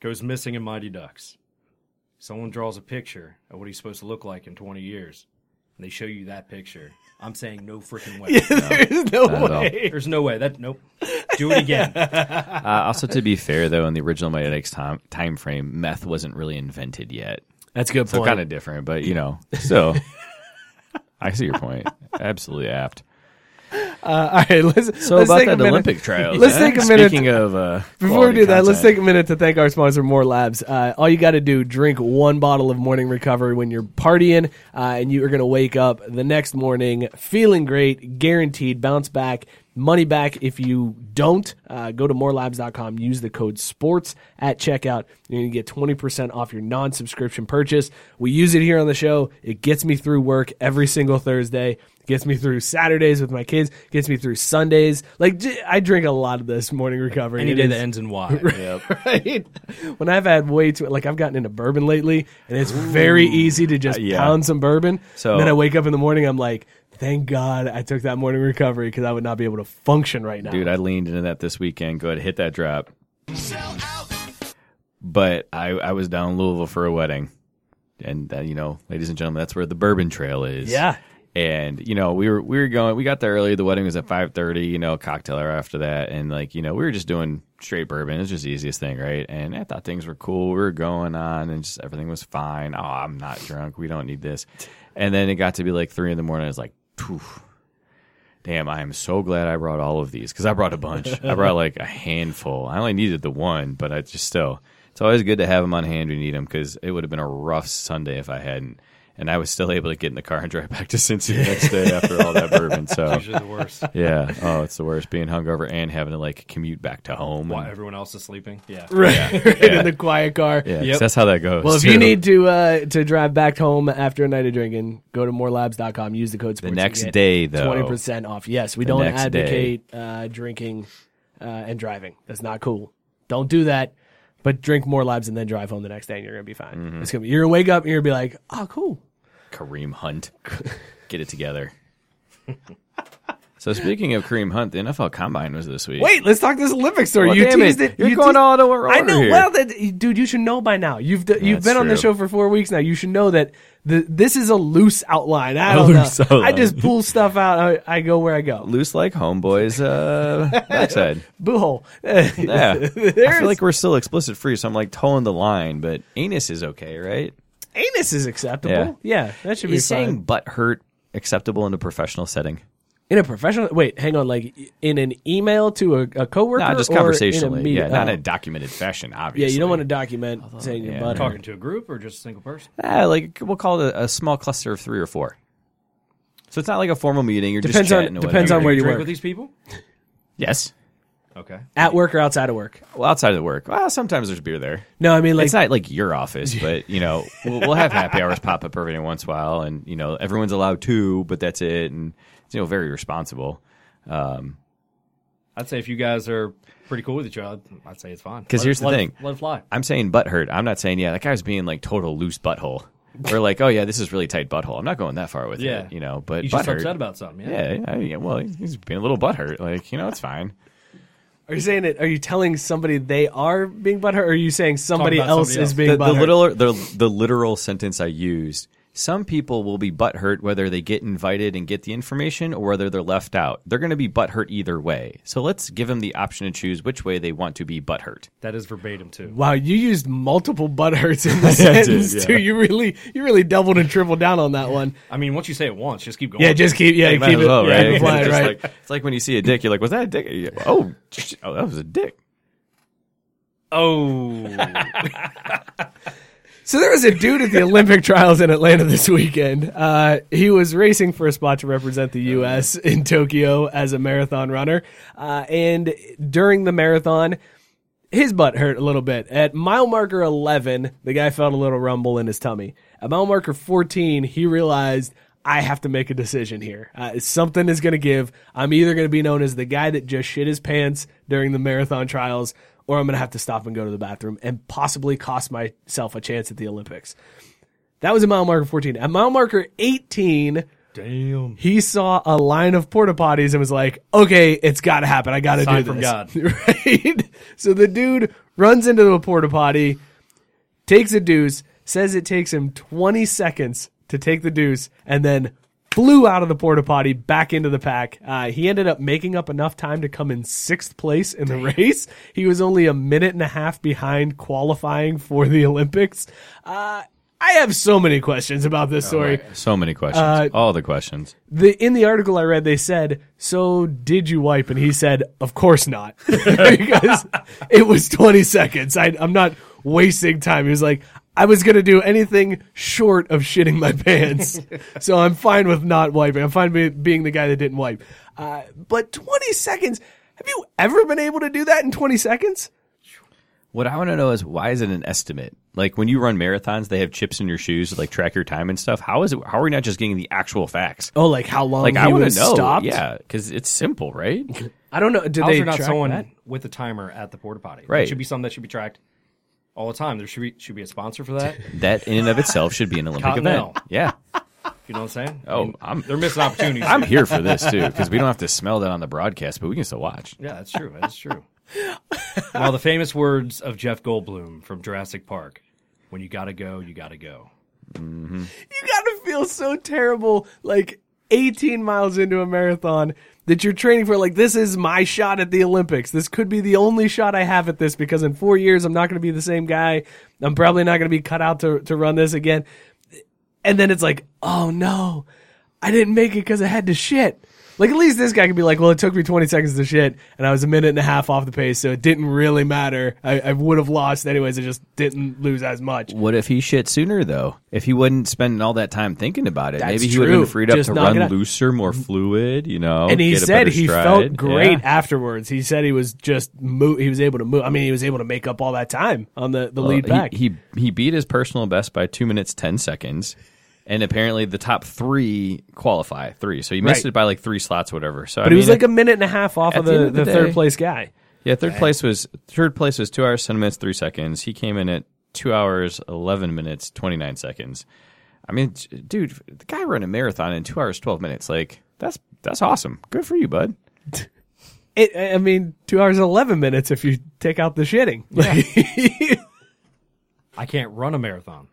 Speaker 3: goes missing in Mighty Ducks. Someone draws a picture of what he's supposed to look like in 20 years, and they show you that picture. I'm saying no freaking way.
Speaker 1: There's no
Speaker 2: not at all.
Speaker 1: way.
Speaker 3: There's no way. That nope. Do it again.
Speaker 2: Uh, also, to be fair though, in the original Mighty Ducks time time frame, meth wasn't really invented yet,
Speaker 1: That's a good
Speaker 2: so
Speaker 1: point.
Speaker 2: kind of different. But you know, so I see your point. Absolutely apt.
Speaker 1: All right, let's
Speaker 2: So
Speaker 1: let's
Speaker 2: about
Speaker 1: take a
Speaker 2: that
Speaker 1: minute.
Speaker 2: Olympic trials.
Speaker 1: Let's
Speaker 2: eh?
Speaker 1: take a minute-
Speaker 2: Speaking of, uh,
Speaker 1: Before we
Speaker 2: quality
Speaker 1: do that, let's
Speaker 2: content.
Speaker 1: take a minute to thank our sponsor, More Labs. Uh, all you got to do, drink one bottle of morning recovery when you're partying, uh, and you are going to wake up the next morning feeling great, guaranteed, bounce back, money back. If you don't, uh, go to morelabs.com, use the code SPORTS at checkout. You're going to get 20% off your non subscription purchase. We use it here on the show. It gets me through work every single Thursday gets me through Saturdays with my kids, gets me through Sundays. Like j- I drink a lot of this morning recovery.
Speaker 3: Any
Speaker 1: It
Speaker 3: day
Speaker 1: is-
Speaker 3: that ends in Y.
Speaker 1: right? When I've had way too like I've gotten into bourbon lately, and it's very easy to just
Speaker 2: Uh, yeah.
Speaker 1: pound some bourbon.
Speaker 2: So-
Speaker 1: And then I wake up in the morning, I'm like, thank God I took that morning recovery because I would not be able to function right now.
Speaker 2: Dude, I leaned into that this weekend. Go ahead, hit that drop. But I, I was down in Louisville for a wedding. And, uh, you know, ladies and gentlemen, that's where the bourbon trail is.
Speaker 1: Yeah.
Speaker 2: And, you know, we were, we were going, we got there early. The wedding was at 530, you know, cocktail hour after that. And like, you know, we were just doing straight bourbon. It's just the easiest thing. Right. And I thought things were cool. We were going on and just everything was fine. Oh, I'm not drunk. We don't need this. And then it got to be like three in the morning. I was like, poof. Damn, I am so glad I brought all of these because I brought a bunch. I brought like a handful. I only needed the one, but I just still. It's always good to have them on hand when you need them because it would have been a rough Sunday if I hadn't. And I was still able to get in the car and drive back to Cincy the next day after all that bourbon. So
Speaker 3: Usually the worst.
Speaker 2: yeah, oh, it's the worst being hungover and having to like commute back to home.
Speaker 3: While
Speaker 2: And-
Speaker 3: everyone else is sleeping. Yeah.
Speaker 1: right in the quiet car.
Speaker 2: yeah, 'cause
Speaker 3: Yep.
Speaker 2: that's how that goes.
Speaker 1: Well, if you
Speaker 2: too.
Speaker 1: need to uh, to drive back home after a night of drinking, go to morelabs.com. Use the code sports.
Speaker 2: the next day though,
Speaker 1: twenty percent off. Yes, we
Speaker 2: The
Speaker 1: don't
Speaker 2: next
Speaker 1: advocate uh, drinking uh, and driving. That's not cool. Don't do that. But drink more labs and then drive home the next day, and you're gonna be fine.
Speaker 2: Mm-hmm.
Speaker 1: It's gonna be, you're gonna wake up and you're gonna be like, oh, cool.
Speaker 2: Kareem Hunt. Get it together. so speaking of Kareem Hunt, the NFL Combine was this week.
Speaker 1: Wait, let's talk this Olympic story.
Speaker 2: Well,
Speaker 1: you
Speaker 2: damn
Speaker 1: teased it.
Speaker 2: it. You're
Speaker 1: You
Speaker 2: going
Speaker 1: teased-
Speaker 2: all the way
Speaker 1: I know.
Speaker 2: over here.
Speaker 1: Well, that, dude, you should know by now. You've d- you've
Speaker 2: That's
Speaker 1: been on the
Speaker 2: true.
Speaker 1: show for four weeks now. You should know that the, this is a loose outline. I
Speaker 2: A
Speaker 1: don't
Speaker 2: loose
Speaker 1: know. I
Speaker 2: outline.
Speaker 1: just pull stuff out. I, I go where I go.
Speaker 2: Loose like homeboys uh backside.
Speaker 1: Boohole.
Speaker 2: Yeah. I
Speaker 1: There's-
Speaker 2: feel like we're still explicit free, so I'm like towing the line, but anus is okay, right?
Speaker 1: Anus is acceptable. Yeah, that should be
Speaker 2: Is
Speaker 1: fine.
Speaker 2: saying butt hurt acceptable in a professional setting?
Speaker 1: In a professional wait, hang on, like in an email to a, a coworker,
Speaker 2: Not just
Speaker 1: or in a
Speaker 2: conversationally.
Speaker 1: meeting?
Speaker 2: yeah, not
Speaker 1: Oh.
Speaker 2: in a documented fashion, obviously.
Speaker 1: yeah. You don't want to document saying your
Speaker 2: yeah.
Speaker 1: butt. hurt.
Speaker 3: Talking to a group or just a single person?
Speaker 2: Ah, like we'll call it a, a small cluster of three or four. So it's not like a formal meeting. You're
Speaker 1: Depends
Speaker 2: just
Speaker 1: on-
Speaker 2: chatting or
Speaker 1: depends on
Speaker 2: whatever.
Speaker 1: where you
Speaker 3: drink
Speaker 1: work.
Speaker 3: with these people?
Speaker 2: Yes.
Speaker 3: Okay.
Speaker 1: at work or outside of work.
Speaker 2: Well, outside of work. Well, sometimes there's beer there.
Speaker 1: No, I mean like
Speaker 2: it's not like your office, but you know, we'll, we'll have happy hours pop up every once in a while, and you know, everyone's allowed two, but that's it, and it's, you know, very responsible.
Speaker 3: I'd say if you guys are pretty cool with each other, I'd say it's fine.
Speaker 2: 'Cause
Speaker 3: Let
Speaker 2: here's
Speaker 3: it-
Speaker 2: the
Speaker 3: let
Speaker 2: thing.
Speaker 3: It, let it fly.
Speaker 2: I'm saying butt hurt. I'm not saying yeah, that guy was being like total loose butthole, or like oh yeah, this is really tight butthole. I'm not going that far with
Speaker 3: Yeah.
Speaker 2: it, you know. But
Speaker 3: He's
Speaker 2: butt
Speaker 3: just
Speaker 2: hurt.
Speaker 3: upset about something. Yeah.
Speaker 2: yeah, I- yeah, well, he's- he's being a little butt hurt. Like you know, it's fine.
Speaker 1: are you saying it? Are you telling somebody they are being butthurt, or are you saying somebody
Speaker 3: about
Speaker 1: else
Speaker 3: somebody
Speaker 1: is
Speaker 3: else.
Speaker 1: being
Speaker 2: The, the
Speaker 1: butthurt?
Speaker 2: little the the literal sentence I used some people will be butthurt whether they get invited and get the information or whether they're left out. They're going to be butthurt either way. So let's give them the option to choose which way they want to be butthurt.
Speaker 3: That is verbatim too.
Speaker 1: Wow, you used multiple butthurts in the
Speaker 2: Yeah, I did,
Speaker 1: sentence
Speaker 2: yeah.
Speaker 1: too. You really, you really doubled and tripled down on that one.
Speaker 3: I mean, once you say it once, just keep going.
Speaker 1: Yeah, just keep, yeah,
Speaker 2: Might
Speaker 1: keep
Speaker 2: as
Speaker 1: it,
Speaker 2: well,
Speaker 1: yeah,
Speaker 2: right?
Speaker 1: keep flying,
Speaker 2: It's
Speaker 1: right?
Speaker 2: like- it's like when you see a dick, you're like, was that a dick? You go, Oh, sh- oh that was a dick.
Speaker 3: Oh,
Speaker 1: So there was a dude at the Olympic trials in Atlanta this weekend. Uh, he was racing for a spot to represent the U.S. in Tokyo as a marathon runner. Uh, and during the marathon, his butt hurt a little bit. At mile marker 11, the guy felt a little rumble in his tummy. At mile marker 14, he realized, I have to make a decision here. Uh, something is going to give. I'm either going to be known as the guy that just shit his pants during the marathon trials, or I'm going to have to stop and go to the bathroom and possibly cost myself a chance at the Olympics. That was at mile marker 14. At mile marker 18,
Speaker 3: damn.
Speaker 1: he saw a line of porta potties and was like, "Okay, it's got to happen. I got to do
Speaker 3: Sign
Speaker 1: this."
Speaker 3: from
Speaker 1: right? So the dude runs into a porta potty, takes a deuce, says it takes him 20 seconds to take the deuce, and then flew out of the porta potty back into the pack. Uh, he ended up making up enough time to come in sixth place in the race. He was only a minute and a half behind qualifying for the Olympics. Uh, I have so many questions about this story.
Speaker 2: So many questions.
Speaker 1: Uh,
Speaker 2: All the questions.
Speaker 1: The in the article I read, they said, "So did you wipe?" And he said, "Of course not," because it was twenty seconds. I, I'm not wasting time. He was like, "I was gonna do anything short of shitting my pants, so I'm fine with not wiping. I'm fine with being the guy that didn't wipe." Uh, but twenty seconds. Have you ever been able to do that in twenty seconds?
Speaker 2: What I want to know is why is it an estimate? Like when you run marathons, they have chips in your shoes to like track your time and stuff. How is it? How are we not just getting the actual facts?
Speaker 1: Oh, like how long?
Speaker 2: like I
Speaker 1: would
Speaker 2: want
Speaker 1: have
Speaker 2: to know.
Speaker 1: Stopped?
Speaker 2: Yeah, because it's simple, right?
Speaker 1: I don't know. Did
Speaker 3: How's
Speaker 1: they
Speaker 3: there not
Speaker 1: track
Speaker 3: someone
Speaker 1: that?
Speaker 3: with a timer at the porta potty?
Speaker 2: Right.
Speaker 3: It should be something that should be tracked all the time. There should be should be a sponsor for that. you
Speaker 2: that in and of itself should be an Olympic
Speaker 3: Cottonelle.
Speaker 2: event. Yeah,
Speaker 3: know what I'm saying? I
Speaker 2: Oh,
Speaker 3: mean,
Speaker 2: I'm-
Speaker 3: they're missing opportunities.
Speaker 2: I'm
Speaker 3: here.
Speaker 2: here for this too because we don't have to smell that on the broadcast, but we can still watch.
Speaker 3: Yeah, that's true. That's true. well, the famous words of Jeff Goldblum from Jurassic Park: "When you gotta go, you gotta go."
Speaker 1: you gotta feel so terrible like 18 miles into a marathon that you're training for like this is my shot at the olympics this could be the only shot i have at this because in four years i'm not gonna be the same guy i'm probably not gonna be cut out to, to run this again and then it's like oh no i didn't make it because i had to shit like at least this guy could be like well it took me 20 seconds to shit and i was a minute and a half off the pace so it didn't really matter i, I would have lost anyways i just didn't lose as much
Speaker 2: What if he shit sooner though? If he wasn't spending all that time thinking about it,
Speaker 1: That's
Speaker 2: maybe he would have
Speaker 1: true.
Speaker 2: been freed up
Speaker 1: Just
Speaker 2: to
Speaker 1: knock it
Speaker 2: run
Speaker 1: out.
Speaker 2: looser, more fluid. You know,
Speaker 1: and he
Speaker 2: get a
Speaker 1: said
Speaker 2: better
Speaker 1: he
Speaker 2: stride.
Speaker 1: felt great
Speaker 2: Yeah.
Speaker 1: afterwards. He said he was just mo- he was able to move. I mean, he was able to make up all that time on the the lead
Speaker 2: Well,
Speaker 1: back.
Speaker 2: He, he he beat his personal best by two minutes ten seconds, and apparently the top three qualify three. So he missed
Speaker 1: Right.
Speaker 2: it by like three slots, whatever. So
Speaker 1: but
Speaker 2: I
Speaker 1: he was
Speaker 2: mean,
Speaker 1: like a minute and a half off
Speaker 2: at
Speaker 1: of
Speaker 2: the
Speaker 1: the,
Speaker 2: end
Speaker 1: the,
Speaker 2: of the day-
Speaker 1: third place guy.
Speaker 2: yeah. Third place was third place was two hours ten minutes three seconds. He came in at two hours eleven minutes twenty nine seconds. I mean, j- dude, the guy ran a marathon in two hours twelve minutes. Like that's that's awesome. Good for you, bud.
Speaker 1: It, I I mean, two hours and eleven minutes if you take out the shitting. Like,
Speaker 3: I can't run a marathon.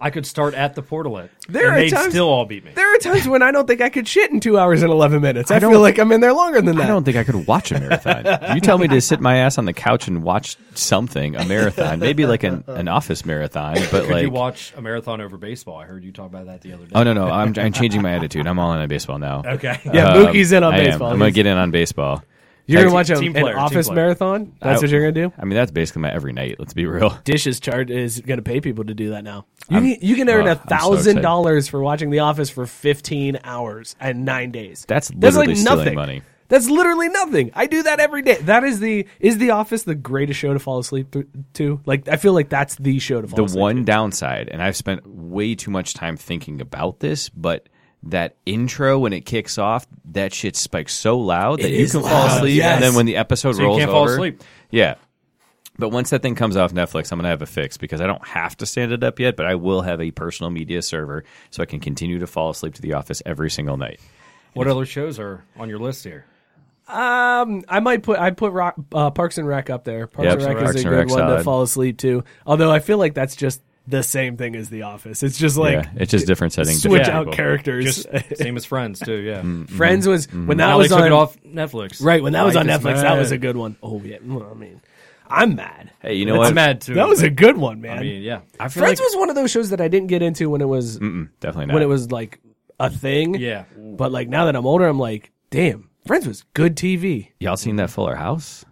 Speaker 3: I could start at the portalet,
Speaker 1: There
Speaker 3: and
Speaker 1: are
Speaker 3: they'd
Speaker 1: times-
Speaker 3: still all beat me.
Speaker 1: there are times when I don't think I could shit in two hours and eleven minutes. I, feel like I'm in there longer than
Speaker 2: I
Speaker 1: that.
Speaker 2: don't think I could watch a marathon. you tell me to sit my ass on the couch and watch something, a marathon, maybe like an, an office marathon, but
Speaker 3: Could you
Speaker 2: like.
Speaker 3: watch a marathon over baseball? I heard you talk about that the other day.
Speaker 2: Oh no no! I'm, I'm changing my attitude. I'm all in on baseball now.
Speaker 3: Okay.
Speaker 1: yeah,
Speaker 2: Um,
Speaker 1: Mookie's in on
Speaker 2: I am.
Speaker 1: baseball.
Speaker 2: I'm gonna get in on baseball.
Speaker 1: you're gonna
Speaker 2: Hey,
Speaker 1: watch a,
Speaker 3: team
Speaker 1: an
Speaker 3: player, team
Speaker 1: office
Speaker 3: player.
Speaker 1: marathon. That's
Speaker 2: I-
Speaker 1: what you're gonna do.
Speaker 2: I mean, that's basically my every night. Let's be real.
Speaker 1: Dishes chart is going to pay people to do that now. You can, you can earn
Speaker 2: oh,
Speaker 1: a
Speaker 2: I'm so
Speaker 1: thousand
Speaker 2: excited.
Speaker 1: dollars for watching The Office for fifteen hours and nine days.
Speaker 2: That's literally stealing money.
Speaker 1: That's literally nothing. I do that every day. That is the is The Office the greatest show to fall asleep th- to? Like I feel like that's the show to fall
Speaker 2: The
Speaker 1: asleep.
Speaker 2: one downside, and I've spent way too much time thinking about this, but that intro when it kicks off, that shit spikes so loud that you
Speaker 1: is
Speaker 2: can fall
Speaker 1: loud,
Speaker 2: asleep,
Speaker 1: yes.
Speaker 2: and then when the episode
Speaker 3: you
Speaker 2: rolls
Speaker 3: can't fall
Speaker 2: over-
Speaker 3: asleep.
Speaker 2: yeah. But once that thing comes off Netflix, I'm gonna have a fix because I don't have to stand it up yet, but I will have a personal media server so I can continue to fall asleep to the office every single night.
Speaker 3: What other shows are on your list here?
Speaker 1: Um, I might put I put Rock, uh, Parks and Rec up there. Parks
Speaker 2: Yep,
Speaker 1: and Rec
Speaker 2: Parks
Speaker 1: is a
Speaker 2: and
Speaker 1: good
Speaker 2: Rec's
Speaker 1: one to
Speaker 2: solid.
Speaker 1: fall asleep to. Although I feel like that's just the same thing as The Office. It's just like
Speaker 2: yeah, it's just different setting.
Speaker 1: switch
Speaker 2: different
Speaker 1: out
Speaker 2: people. Mm-hmm.
Speaker 1: characters.
Speaker 3: Just same as Friends too. Yeah,
Speaker 1: Friends was when that
Speaker 3: now
Speaker 1: was
Speaker 3: they took
Speaker 1: on
Speaker 3: it off Netflix.
Speaker 1: right when that was
Speaker 3: Mike
Speaker 1: on
Speaker 3: is
Speaker 1: Netflix. That was a
Speaker 3: mad.
Speaker 1: good one. Oh yeah, well, I mean, I'm mad.
Speaker 2: Hey, you know
Speaker 3: It's
Speaker 2: what?
Speaker 3: mad too.
Speaker 1: That was a good one, man.
Speaker 3: I mean, yeah.
Speaker 2: I feel
Speaker 1: Friends
Speaker 2: like-
Speaker 1: was one of those shows that I didn't get into when it was
Speaker 2: Mm-mm, definitely not.
Speaker 1: when it was like a thing.
Speaker 3: Yeah.
Speaker 1: But like now that I'm older, I'm like, damn, Friends was good TV.
Speaker 2: y'all seen that Fuller House?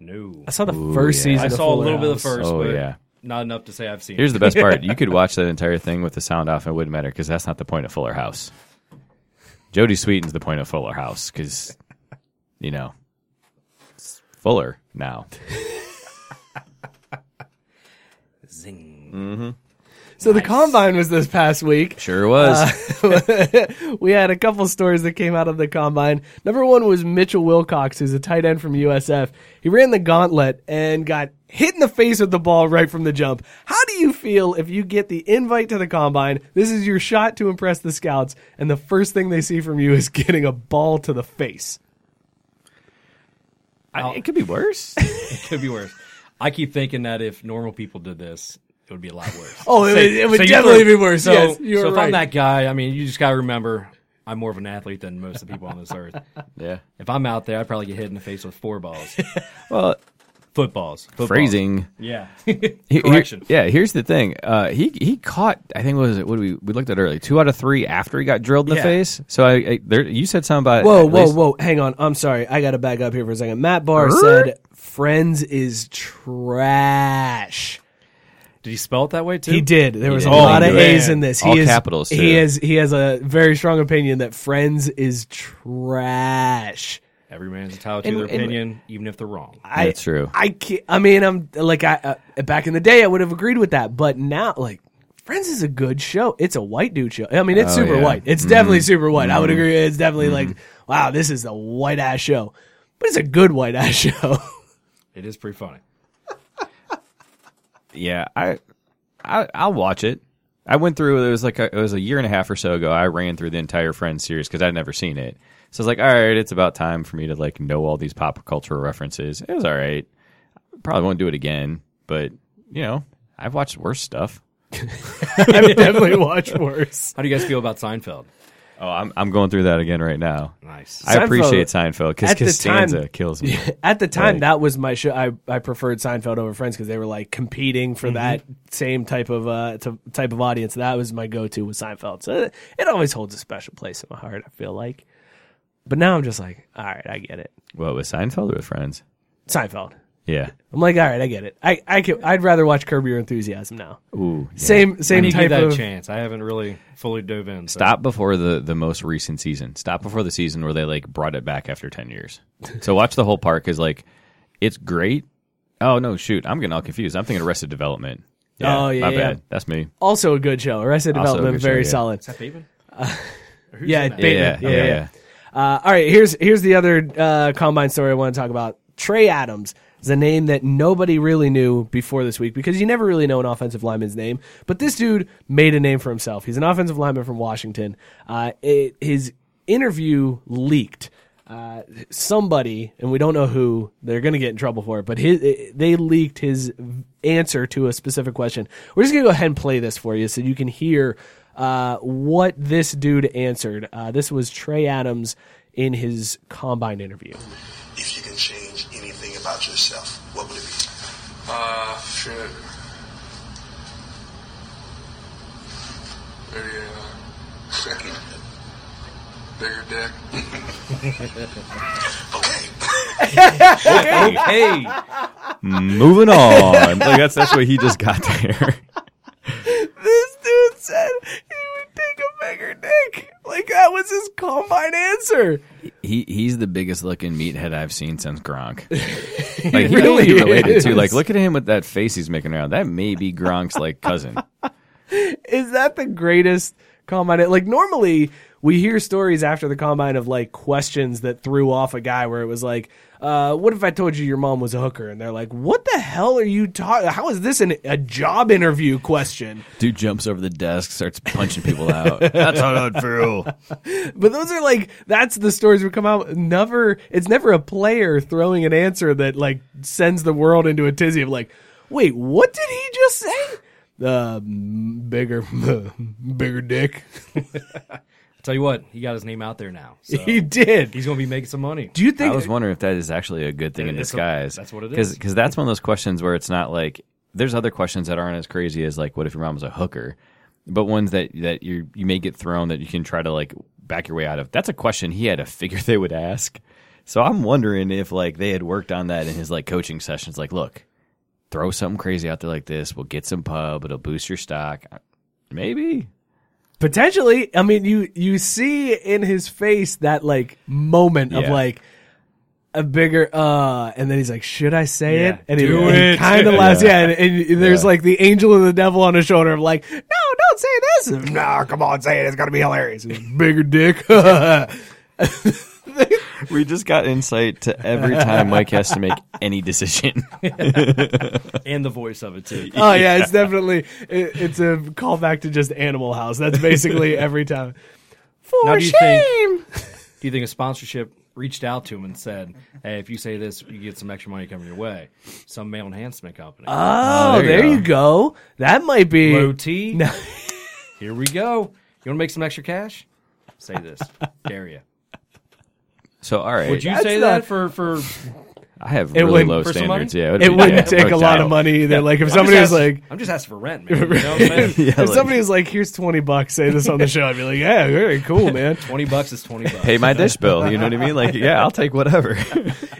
Speaker 3: No.
Speaker 1: I saw the first season.
Speaker 3: I
Speaker 1: of
Speaker 3: saw a
Speaker 1: Fuller
Speaker 3: little bit of
Speaker 1: House.
Speaker 3: the first,
Speaker 2: Oh,
Speaker 3: but
Speaker 2: yeah.
Speaker 3: not enough to say I've seen.
Speaker 2: Here's
Speaker 3: it.
Speaker 2: the best part: you could watch that entire thing with the sound off, and it wouldn't matter because that's not the point of Fuller House. Jodie Sweetin's the point of Fuller House because, you know, it's Fuller now.
Speaker 1: So the combine was this past week.
Speaker 2: Sure was.
Speaker 1: we had a couple stories that came out of the combine. Number one was Mitchell Wilcox, who's a tight end from USF. He ran the gauntlet and got hit in the face with the ball right from the jump. How do you feel if you get the invite to the combine? This is your shot to impress the scouts, and the first thing they see from you is getting a ball to the face.
Speaker 2: I- it could be worse.
Speaker 3: could be worse. I keep thinking that if normal people did this, it would be a lot worse.
Speaker 1: Oh, it would- it would
Speaker 3: you
Speaker 1: definitely
Speaker 3: throw-
Speaker 1: be worse.
Speaker 3: So,
Speaker 1: Yes, you're
Speaker 3: so if
Speaker 1: right.
Speaker 3: I'm that guy, I mean, you just gotta remember, I'm more of an athlete than most of the people on this earth.
Speaker 2: yeah.
Speaker 3: If I'm out there, I'd probably get hit in the face with four balls,
Speaker 2: Well,
Speaker 3: footballs, footballs.
Speaker 2: phrasing.
Speaker 3: Yeah.
Speaker 2: He- here-
Speaker 3: Correction.
Speaker 2: yeah, here's the thing. Uh, he he caught. I think what was it? What we we looked at early. Two out of three after he got drilled in the
Speaker 3: Yeah.
Speaker 2: face. So I, I there, you said something about
Speaker 1: Whoa,
Speaker 2: at
Speaker 1: whoa,
Speaker 2: least-
Speaker 1: whoa. Hang on. I'm sorry. I got to back up here for a second. Matt Barr
Speaker 2: Err?
Speaker 1: said, Friends is trash.
Speaker 3: Did he spell it that way too?
Speaker 1: He did. There was a
Speaker 2: did.
Speaker 1: lot
Speaker 2: Oh,
Speaker 1: of
Speaker 2: man.
Speaker 1: A's in this. He
Speaker 2: All
Speaker 1: is,
Speaker 2: capitals, too.
Speaker 1: He is. He has a very strong opinion that Friends is trash.
Speaker 3: Every man's entitled to
Speaker 2: And-
Speaker 3: their
Speaker 2: and-
Speaker 3: opinion, even if they're wrong.
Speaker 1: I,
Speaker 2: That's true.
Speaker 1: I can't, I mean, I'm like I uh, back in the day, I would have agreed with that, but now like. Friends is a good show. It's a white dude show. I mean, it's
Speaker 2: Oh,
Speaker 1: super
Speaker 2: yeah. Mm-hmm.
Speaker 1: white. It's definitely super white. I would agree. It's definitely like, wow, this is a white ass show, but it's a good white ass show.
Speaker 3: It is pretty funny.
Speaker 2: yeah, I, I I'll watch it. I went through it was like a, it was a year and a half or so ago. I ran through the entire Friends series because I'd never seen it. So I was like, all right, it's about time for me to like know all these pop culture references. It was all right. Probably won't do it again, but you know, I've watched worse stuff.
Speaker 1: I've definitely watched worse.
Speaker 3: How do you guys feel about Seinfeld?
Speaker 2: Oh, I'm I'm going through that again right now.
Speaker 3: Nice.
Speaker 2: I
Speaker 1: Seinfeld-
Speaker 2: appreciate Seinfeld because
Speaker 1: at the
Speaker 2: Costanza
Speaker 1: time-
Speaker 2: kills me.
Speaker 1: At the time,
Speaker 2: Right.
Speaker 1: that was my show. I, I preferred Seinfeld over Friends because they were like competing
Speaker 2: Mm-hmm.
Speaker 1: for that same type of uh t- type of audience. That was my go to with Seinfeld. So it, it always holds a special place in my heart. I feel like, but now I'm just like, all right, I get it.
Speaker 2: What with Seinfeld or with Friends?
Speaker 1: Seinfeld.
Speaker 2: Yeah.
Speaker 1: I'm like, all right, I get it. I I can, I'd rather watch Curb Your Enthusiasm now.
Speaker 2: Ooh.
Speaker 1: Same
Speaker 3: I
Speaker 1: same
Speaker 3: need to give
Speaker 1: type
Speaker 3: that
Speaker 1: of.
Speaker 3: a chance. I haven't really fully dove in. so-
Speaker 2: Stop before the the most recent season. Stop before the season where they like brought it back after ten years. So watch the whole part because like it's great. Oh no, shoot! I'm getting all confused. I'm thinking Arrested Development.
Speaker 1: Oh, yeah,
Speaker 2: my
Speaker 1: yeah.
Speaker 2: bad. That's me.
Speaker 1: Also a good show. Arrested
Speaker 2: Also a
Speaker 1: Development,
Speaker 2: good show,
Speaker 1: very
Speaker 2: yeah.
Speaker 1: solid.
Speaker 3: Is that Bateman?
Speaker 1: Yeah,
Speaker 3: in that?
Speaker 2: Yeah,
Speaker 1: Bateman.
Speaker 2: yeah, yeah. yeah.
Speaker 1: Uh, all right, here's here's the other uh, combine story I want to talk about. Trey Adams is a name that nobody really knew before this week because you never really know an offensive lineman's name. But this dude made a name for himself. He's an offensive lineman from Washington. Uh, it, his interview leaked. Uh, somebody, and we don't know who, they're going to get in trouble for it. But his, they leaked his answer to a specific question. We're just going to go ahead and play this for you so you can hear uh, what this dude answered. Uh, this was Trey Adams in his combine interview.
Speaker 4: If you can change anything about yourself, what would it be?
Speaker 5: Uh, shit. Maybe, uh, bigger dick.
Speaker 4: Okay.
Speaker 3: Hey,
Speaker 2: Moving on. like that's that's what he just got there.
Speaker 1: This dude said he would take a bigger dick. Like that was his combine answer.
Speaker 2: He he's the biggest looking meathead I've seen since Gronk. Like he
Speaker 1: really
Speaker 2: really related to.
Speaker 1: is.
Speaker 2: Like look at him with that face he's making around. That may be Gronk's like cousin.
Speaker 1: Is that the greatest combine? Like normally we hear stories after the combine of like questions that threw off a guy where it was like, uh, what if I told you your mom was a hooker? And they're like, what the hell are you talking? How is this an, a job interview question?
Speaker 2: Dude jumps over the desk, starts punching people out. That's not untrue.
Speaker 1: But those are like that's the stories we come out. Never, it's never a player throwing an answer that like sends the world into a tizzy of like, wait, what did he just say? Uh, m- bigger, bigger dick.
Speaker 3: Tell you what, he got his name out there now. So
Speaker 1: He did.
Speaker 3: he's going to be making some money.
Speaker 1: Do you
Speaker 2: I
Speaker 1: think?
Speaker 2: was wondering if that is actually a good thing in
Speaker 3: It's a-
Speaker 2: disguise.
Speaker 3: that's what it is.
Speaker 2: Because that's one of those questions where it's not like there's other questions that aren't as crazy as like what if your mom was a hooker, but ones that that you you may get thrown that you can try to like back your way out of. That's a question he had to figure they would ask. So I'm wondering if like they had worked on that in his like coaching sessions. Like, look, throw something crazy out there like this. We'll get some pub. It'll boost your stock. Maybe.
Speaker 1: potentially i mean you you see in his face that like moment of
Speaker 2: Yeah.
Speaker 1: like a bigger uh and then he's like should i say
Speaker 3: Yeah,
Speaker 1: it and
Speaker 3: do
Speaker 1: he,
Speaker 3: it.
Speaker 1: kind of laughs yeah,
Speaker 2: Yeah.
Speaker 1: and, and there's
Speaker 2: Yeah.
Speaker 1: like the angel and the devil on his shoulder of like no don't say this And, no come on say it it's gonna be hilarious bigger dick Oh,
Speaker 2: We just got insight to every time Mike has to make any decision.
Speaker 3: And the voice of it, too.
Speaker 1: oh yeah, it's definitely it, it's a callback to just Animal House. That's basically every time. For
Speaker 3: Now, do you
Speaker 1: shame.
Speaker 3: think- Do you think a sponsorship reached out to him and said, hey, if you say this, you get some extra money coming your way? Some male enhancement company.
Speaker 1: Oh, there, you, go. That might be
Speaker 3: Low T. Here we go. You want to make some extra cash? Say this. Dare you.
Speaker 2: So all right,
Speaker 3: Would you
Speaker 1: That's
Speaker 3: say
Speaker 1: not-
Speaker 3: that for, for
Speaker 2: I have
Speaker 1: It
Speaker 2: really
Speaker 1: wouldn't-
Speaker 2: low
Speaker 3: for some
Speaker 2: standards.
Speaker 3: money?
Speaker 2: Yeah, would
Speaker 1: it
Speaker 2: be-
Speaker 1: wouldn't
Speaker 2: yeah,
Speaker 1: take a
Speaker 2: works
Speaker 1: lot
Speaker 2: out.
Speaker 1: of money either. Like if
Speaker 3: I'm
Speaker 1: somebody was
Speaker 3: just
Speaker 1: like,
Speaker 3: asking- I'm just asking for rent, man. You know what I'm saying?
Speaker 2: Yeah,
Speaker 1: if
Speaker 2: like,
Speaker 1: somebody was like, here's twenty bucks, say this on the show, I'd be like, yeah, very cool, man.
Speaker 3: Twenty bucks is twenty bucks.
Speaker 2: pay my dish bill. You know what I mean? Like, yeah, I'll take whatever.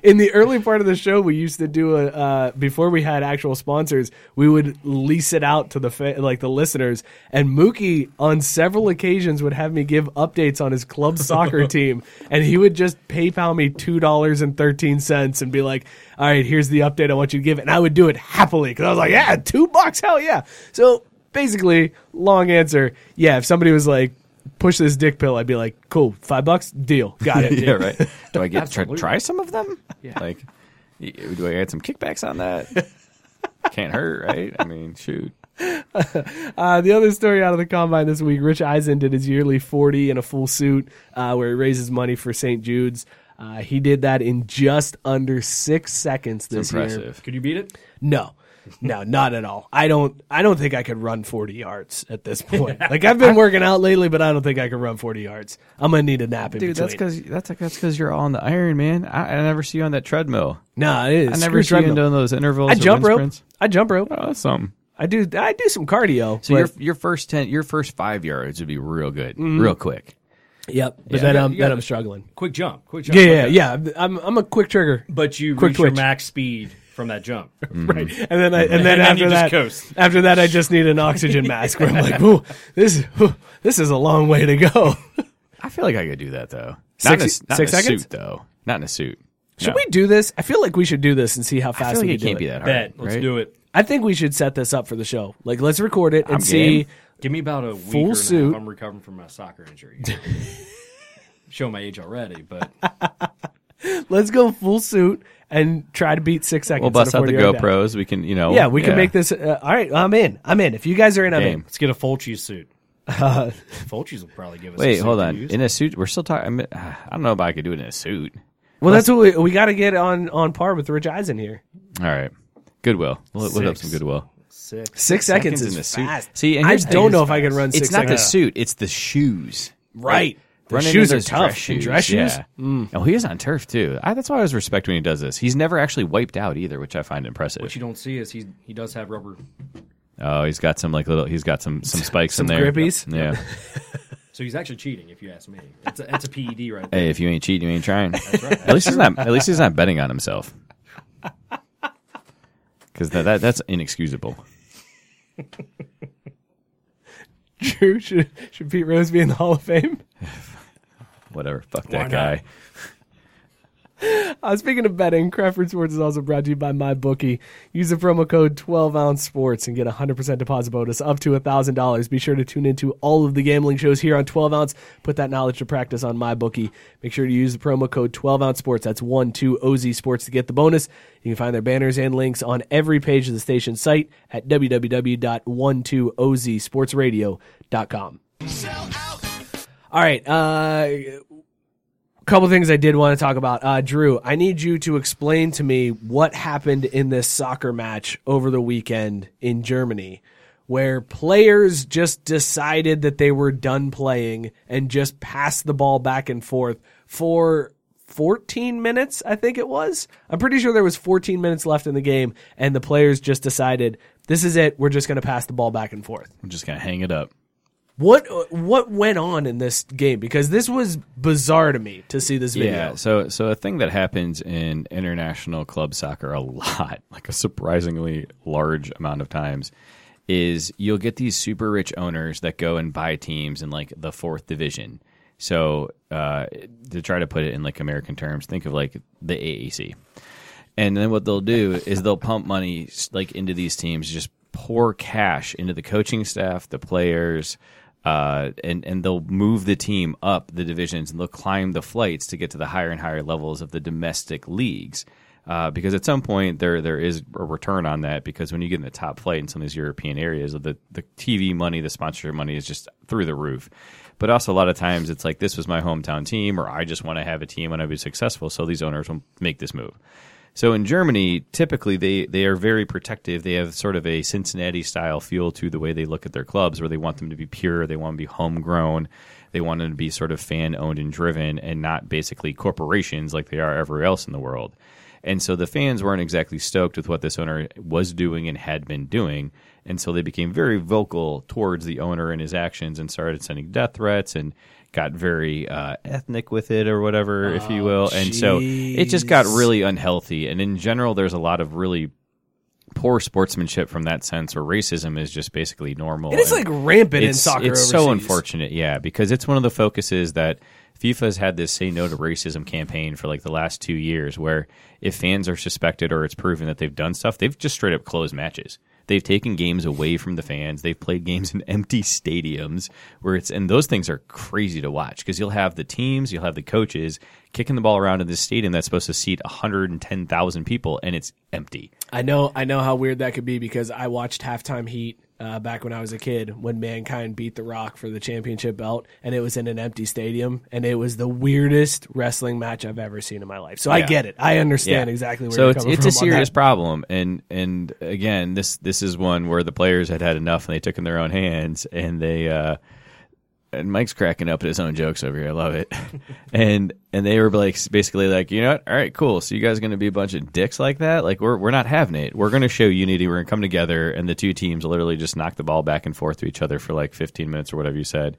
Speaker 1: In the early part of the show, we used to do a uh, before we had actual sponsors, we would lease it out to the fa- like the listeners. And Mookie, on several occasions, would have me give updates on his club soccer team, and he would just PayPal me two dollars and thirteen cents and be like, "All right, here's the update I want you to give," and I would do it happily because I was like, "Yeah, two bucks, hell yeah!" So basically, long answer, yeah. If somebody was like. Push this dick pill. I'd be like, cool, five bucks, deal, got it.
Speaker 2: yeah, right. Do I get to try, try some of them? Yeah. Like, y- do I get some kickbacks on that? Can't hurt, right? I mean, shoot.
Speaker 1: Uh, the other story out of the combine this week: Rich Eisen did his yearly 40 in a full suit, uh, where he raises money for St. Jude's. Uh, he did that in just under six seconds this year.
Speaker 2: Impressive.
Speaker 3: Could you beat it?
Speaker 1: No, no, not at all. I don't. I don't think I could run 40 yards at this point. like I've been working out lately, but I don't think I could run 40 yards. I'm gonna need a nap in
Speaker 2: Dude, that's
Speaker 1: between.
Speaker 2: because that's that's because you're all on the iron, man. I, I never see you on that treadmill.
Speaker 1: Nah, it is.
Speaker 2: I never
Speaker 1: Screw
Speaker 2: see you
Speaker 1: treadmill.
Speaker 2: doing those intervals.
Speaker 1: I
Speaker 2: or
Speaker 1: jump
Speaker 2: wind
Speaker 1: rope.
Speaker 2: sprints.
Speaker 1: I jump rope.
Speaker 2: Oh, some.
Speaker 1: I do. I do some cardio.
Speaker 2: So
Speaker 1: but-
Speaker 2: your your first ten, your first five yards would be real good,
Speaker 1: Mm-hmm.
Speaker 2: real quick.
Speaker 1: yep. But then I'm
Speaker 3: you
Speaker 1: then
Speaker 3: got-
Speaker 1: I'm struggling.
Speaker 3: Quick jump. Quick jump.
Speaker 1: Yeah,
Speaker 3: like
Speaker 1: yeah,
Speaker 3: that.
Speaker 1: yeah. I'm I'm a quick trigger.
Speaker 3: But you
Speaker 1: Quick
Speaker 3: reach
Speaker 1: twitch.
Speaker 3: your max speed from that jump.
Speaker 1: Right. And then I, and then
Speaker 3: then
Speaker 1: after
Speaker 3: you just
Speaker 1: that,
Speaker 3: coast.
Speaker 1: after that, I just need an oxygen mask where I'm like, ooh, this, ooh, this is a long way to go.
Speaker 2: I feel like I could do that though.
Speaker 1: Six-
Speaker 2: not in a, s- not
Speaker 1: six
Speaker 2: in a
Speaker 1: seconds?
Speaker 2: suit though. Not in a suit.
Speaker 1: Should we do this? I feel like we should do this and see how
Speaker 2: I
Speaker 1: fast
Speaker 2: feel like
Speaker 1: we
Speaker 2: it
Speaker 1: can
Speaker 2: can't
Speaker 1: do
Speaker 2: be
Speaker 1: it.
Speaker 2: that hard.
Speaker 3: Bet. Let's
Speaker 2: right?
Speaker 3: do it.
Speaker 1: I think we should set this up for the show. Like, let's record it and
Speaker 2: I'm
Speaker 1: see.
Speaker 2: game.
Speaker 3: Give me about a week
Speaker 1: Full
Speaker 3: or and a half.
Speaker 1: suit.
Speaker 3: I'm recovering from my soccer injury. Show my age already, but
Speaker 1: Let's go full suit and try to beat six seconds.
Speaker 2: We'll
Speaker 1: in
Speaker 2: bust
Speaker 1: a
Speaker 2: out the
Speaker 1: 40-yard dash.
Speaker 2: GoPros. We can, you know.
Speaker 1: Yeah, we can make this. Uh, all right, I'm in. I'm in. If you guys are in, I'm in.
Speaker 2: game.
Speaker 3: let's get a Fulci suit. Fulci's will probably give us. a
Speaker 2: Wait,
Speaker 3: suit
Speaker 2: hold
Speaker 3: to
Speaker 2: on.
Speaker 3: use.
Speaker 2: In a suit, we're still talking. I, mean, ah, I don't know if I could do it in a suit.
Speaker 1: Well, that's what we, we got to get on on par with Rich Eisen here.
Speaker 2: All right, Goodwill. We'll we'll up
Speaker 3: Six.
Speaker 2: some Goodwill.
Speaker 3: Six.
Speaker 1: Six seconds,
Speaker 2: seconds
Speaker 1: is
Speaker 2: in a suit.
Speaker 1: fast.
Speaker 2: See, and
Speaker 1: I
Speaker 2: here's the
Speaker 1: don't
Speaker 2: thing,
Speaker 1: know
Speaker 2: it's
Speaker 1: if I can run six
Speaker 2: It's not the
Speaker 1: seconds.
Speaker 2: suit; it's the shoes.
Speaker 1: Right. The
Speaker 2: Running in
Speaker 1: shoes are
Speaker 2: those
Speaker 1: tough.
Speaker 2: Dress
Speaker 1: And
Speaker 2: shoes.
Speaker 1: dress shoes? Mm.
Speaker 2: Yeah. Oh, he is on turf too. I, that's why I always respect when he does this. He's never actually wiped out either, which I find impressive.
Speaker 3: What you don't see is he he does have rubber.
Speaker 2: oh, he's got some like little. He's got some some spikes
Speaker 1: Some
Speaker 2: in there.
Speaker 1: grippies?
Speaker 2: Yeah.
Speaker 3: So he's actually cheating, if you ask me. It's a, it's a PED right there.
Speaker 2: hey, if you ain't cheating, you ain't trying. At least he's not. At least he's not betting on himself. Because that, that that's inexcusable.
Speaker 1: Drew should should Pete Rose be in the Hall of Fame?
Speaker 2: Whatever. Fuck that
Speaker 3: not?
Speaker 2: guy.
Speaker 1: Uh, speaking of betting, Crawford Sports is also brought to you by MyBookie. Use the promo code 12 ounce sports and get a 100% deposit bonus up to $1,000. Be sure to tune into all of the gambling shows here on 12 ounce. Put that knowledge to practice on MyBookie. Make sure to use the promo code 12 ounce sports. That's 12OZ sports to get the bonus. You can find their banners and links on every page of the station site at www.12ozsportsradio.com. All right. Uh, couple things I did want to talk about. Uh, Drew, I need you to explain to me what happened in this soccer match over the weekend in Germany, where players just decided that they were done playing and just passed the ball back and forth for 14 minutes, I think it was. I'm pretty sure there was 14 minutes left in the game and the players just decided this is it, we're just going to pass the ball back and forth.
Speaker 2: I'm just gonna hang it up.
Speaker 1: What uh, what went on in this game because this was bizarre to me to see this video.
Speaker 2: Yeah. So so a thing that happens in international club soccer a lot, like a surprisingly large amount of times, is you'll get these super rich owners that go and buy teams in like the fourth division. So uh, to try to put it in like American terms, think of like the AAC. And then what they'll do is they'll pump money like into these teams, just pour cash into the coaching staff, the players, uh, and and they'll move the team up the divisions and they'll climb the flights to get to the higher and higher levels of the domestic leagues. Uh, because at some point there there is a return on that because when you get in the top flight in some of these European areas, the the TV money, the sponsorship money is just through the roof. But also a lot of times it's like this was my hometown team, or I just want to have a team and I be successful, so these owners will make this move. So in Germany, typically they, they are very protective. They have sort of a Cincinnati style feel to the way they look at their clubs, where they want them to be pure, they want to be homegrown, they want them to be sort of fan owned and driven, and not basically corporations like they are everywhere else in the world. And so the fans weren't exactly stoked with what this owner was doing and had been doing. And so they became very vocal towards the owner and his actions and started sending death threats and got very uh, ethnic with it or whatever, if you will. And so it just got really unhealthy. And in general, there's a lot of really poor sportsmanship from that sense where racism is just basically normal.
Speaker 1: It is
Speaker 2: And-
Speaker 1: like rampant in
Speaker 2: it's,
Speaker 1: soccer.
Speaker 2: it's so
Speaker 1: overseas.
Speaker 2: unfortunate, yeah, because it's one of the focuses that FIFA's had this "Say No to Racism" campaign for like the last two years, where if fans are suspected or it's proven that they've done stuff, they've just straight up closed matches. They've taken games away from the fans. They've played games in empty stadiums where it's and those things are crazy to watch because you'll have the teams, you'll have the coaches kicking the ball around in this stadium that's supposed to seat 110,000 people and it's empty.
Speaker 1: I know, I know how weird that could be because I watched halftime heat uh, back when I was a kid when Mankind beat The Rock for the championship belt, and it was in an empty stadium, and it was the weirdest wrestling match I've ever seen in my life. So I
Speaker 2: Yeah.
Speaker 1: get it, I understand
Speaker 2: Yeah.
Speaker 1: exactly where
Speaker 2: so
Speaker 1: you're
Speaker 2: it's,
Speaker 1: coming
Speaker 2: it's
Speaker 1: from.
Speaker 2: a
Speaker 1: on that.
Speaker 2: serious problem and and again this this is one where the players had had enough and they took it in their own hands and they uh and Mike's cracking up at his own jokes over here. I love it. and and they were like basically like, you know what? All right, cool. So you guys going to be a bunch of dicks like that? Like we're we're not having it. We're going to show unity. We're going to come together and the two teams literally just knock the ball back and forth to each other for like 15 minutes or whatever you said.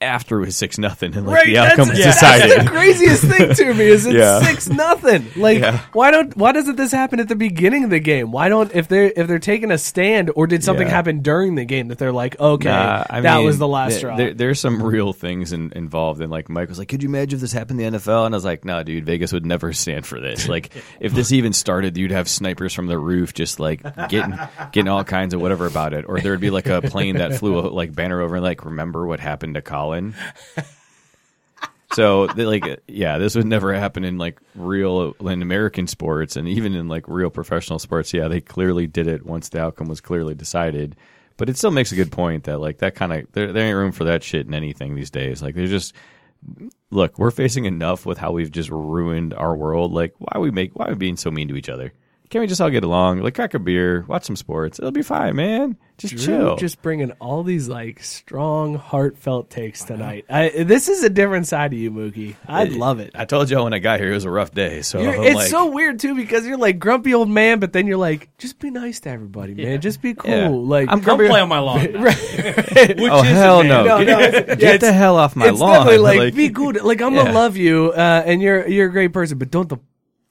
Speaker 2: After it was 6 nothing and like
Speaker 1: Right,
Speaker 2: the
Speaker 1: that's-
Speaker 2: outcome was
Speaker 1: that's
Speaker 2: decided.
Speaker 1: the craziest thing to me is it's
Speaker 2: Yeah.
Speaker 1: six nothing. Like why don't why doesn't this happen at the beginning of the game? Why don't if they're if they're taking a stand or did something
Speaker 2: Yeah.
Speaker 1: happen during the game that they're like okay
Speaker 2: Nah, I
Speaker 1: that
Speaker 2: mean,
Speaker 1: was the last
Speaker 2: there-
Speaker 1: straw.
Speaker 2: There, there's some real things in, involved, and like Mike was like, "Could you imagine if this happened in the NFL?" And I was like, "No, dude, Vegas would never stand for this. Like, if this even started, you'd have snipers from the roof just like getting getting all kinds of whatever about it, or there'd be like a plane that flew a, like banner over and like, remember what happened to Colin." So, they, like, yeah, this would never happen in like real in American sports, and even in like real professional sports. Yeah, they clearly did it once the outcome was clearly decided. But it still makes a good point that like that kind of there, there ain't room for that shit in anything these days. Like, there's just look, we're facing enough with how we've just ruined our world. Like, why we make why are we being so mean to each other? Can't we just all get along? Like, crack a beer, watch some sports. It'll be fine, man. Just
Speaker 1: Drew
Speaker 2: chill.
Speaker 1: just bringing all these like strong, heartfelt takes tonight. I, this is a different side of you, Mookie. I love it.
Speaker 2: I told y'all when I got here it was a rough day. So
Speaker 1: You're-
Speaker 2: I'm
Speaker 1: it's
Speaker 2: Oh, like-
Speaker 1: so weird too because you're like grumpy old man, but then you're like, just be nice to everybody, man. Just be cool.
Speaker 2: Yeah.
Speaker 1: Like
Speaker 2: I'm
Speaker 3: Don't
Speaker 2: grumpy-
Speaker 3: play on my lawn. Which
Speaker 2: oh
Speaker 3: is
Speaker 2: hell
Speaker 3: advantage.
Speaker 2: no!
Speaker 1: No,
Speaker 2: get
Speaker 1: no, it's-
Speaker 2: get
Speaker 1: yeah,
Speaker 2: the
Speaker 1: it's-
Speaker 2: hell off my
Speaker 1: it's
Speaker 2: lawn!
Speaker 1: definitely like, be good. Like I'm gonna
Speaker 2: Yeah.
Speaker 1: love you, uh, and you're you're a great person, but don't the f-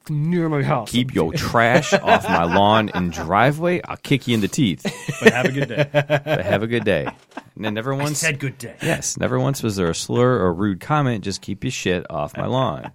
Speaker 1: near my house.
Speaker 2: keep your trash off my lawn and driveway. I'll kick you in the teeth.
Speaker 3: But have a good day.
Speaker 2: But have a good day. And then never once,
Speaker 3: Said good day.
Speaker 2: yes, never once was there a slur or rude comment. Just keep your shit off my lawn.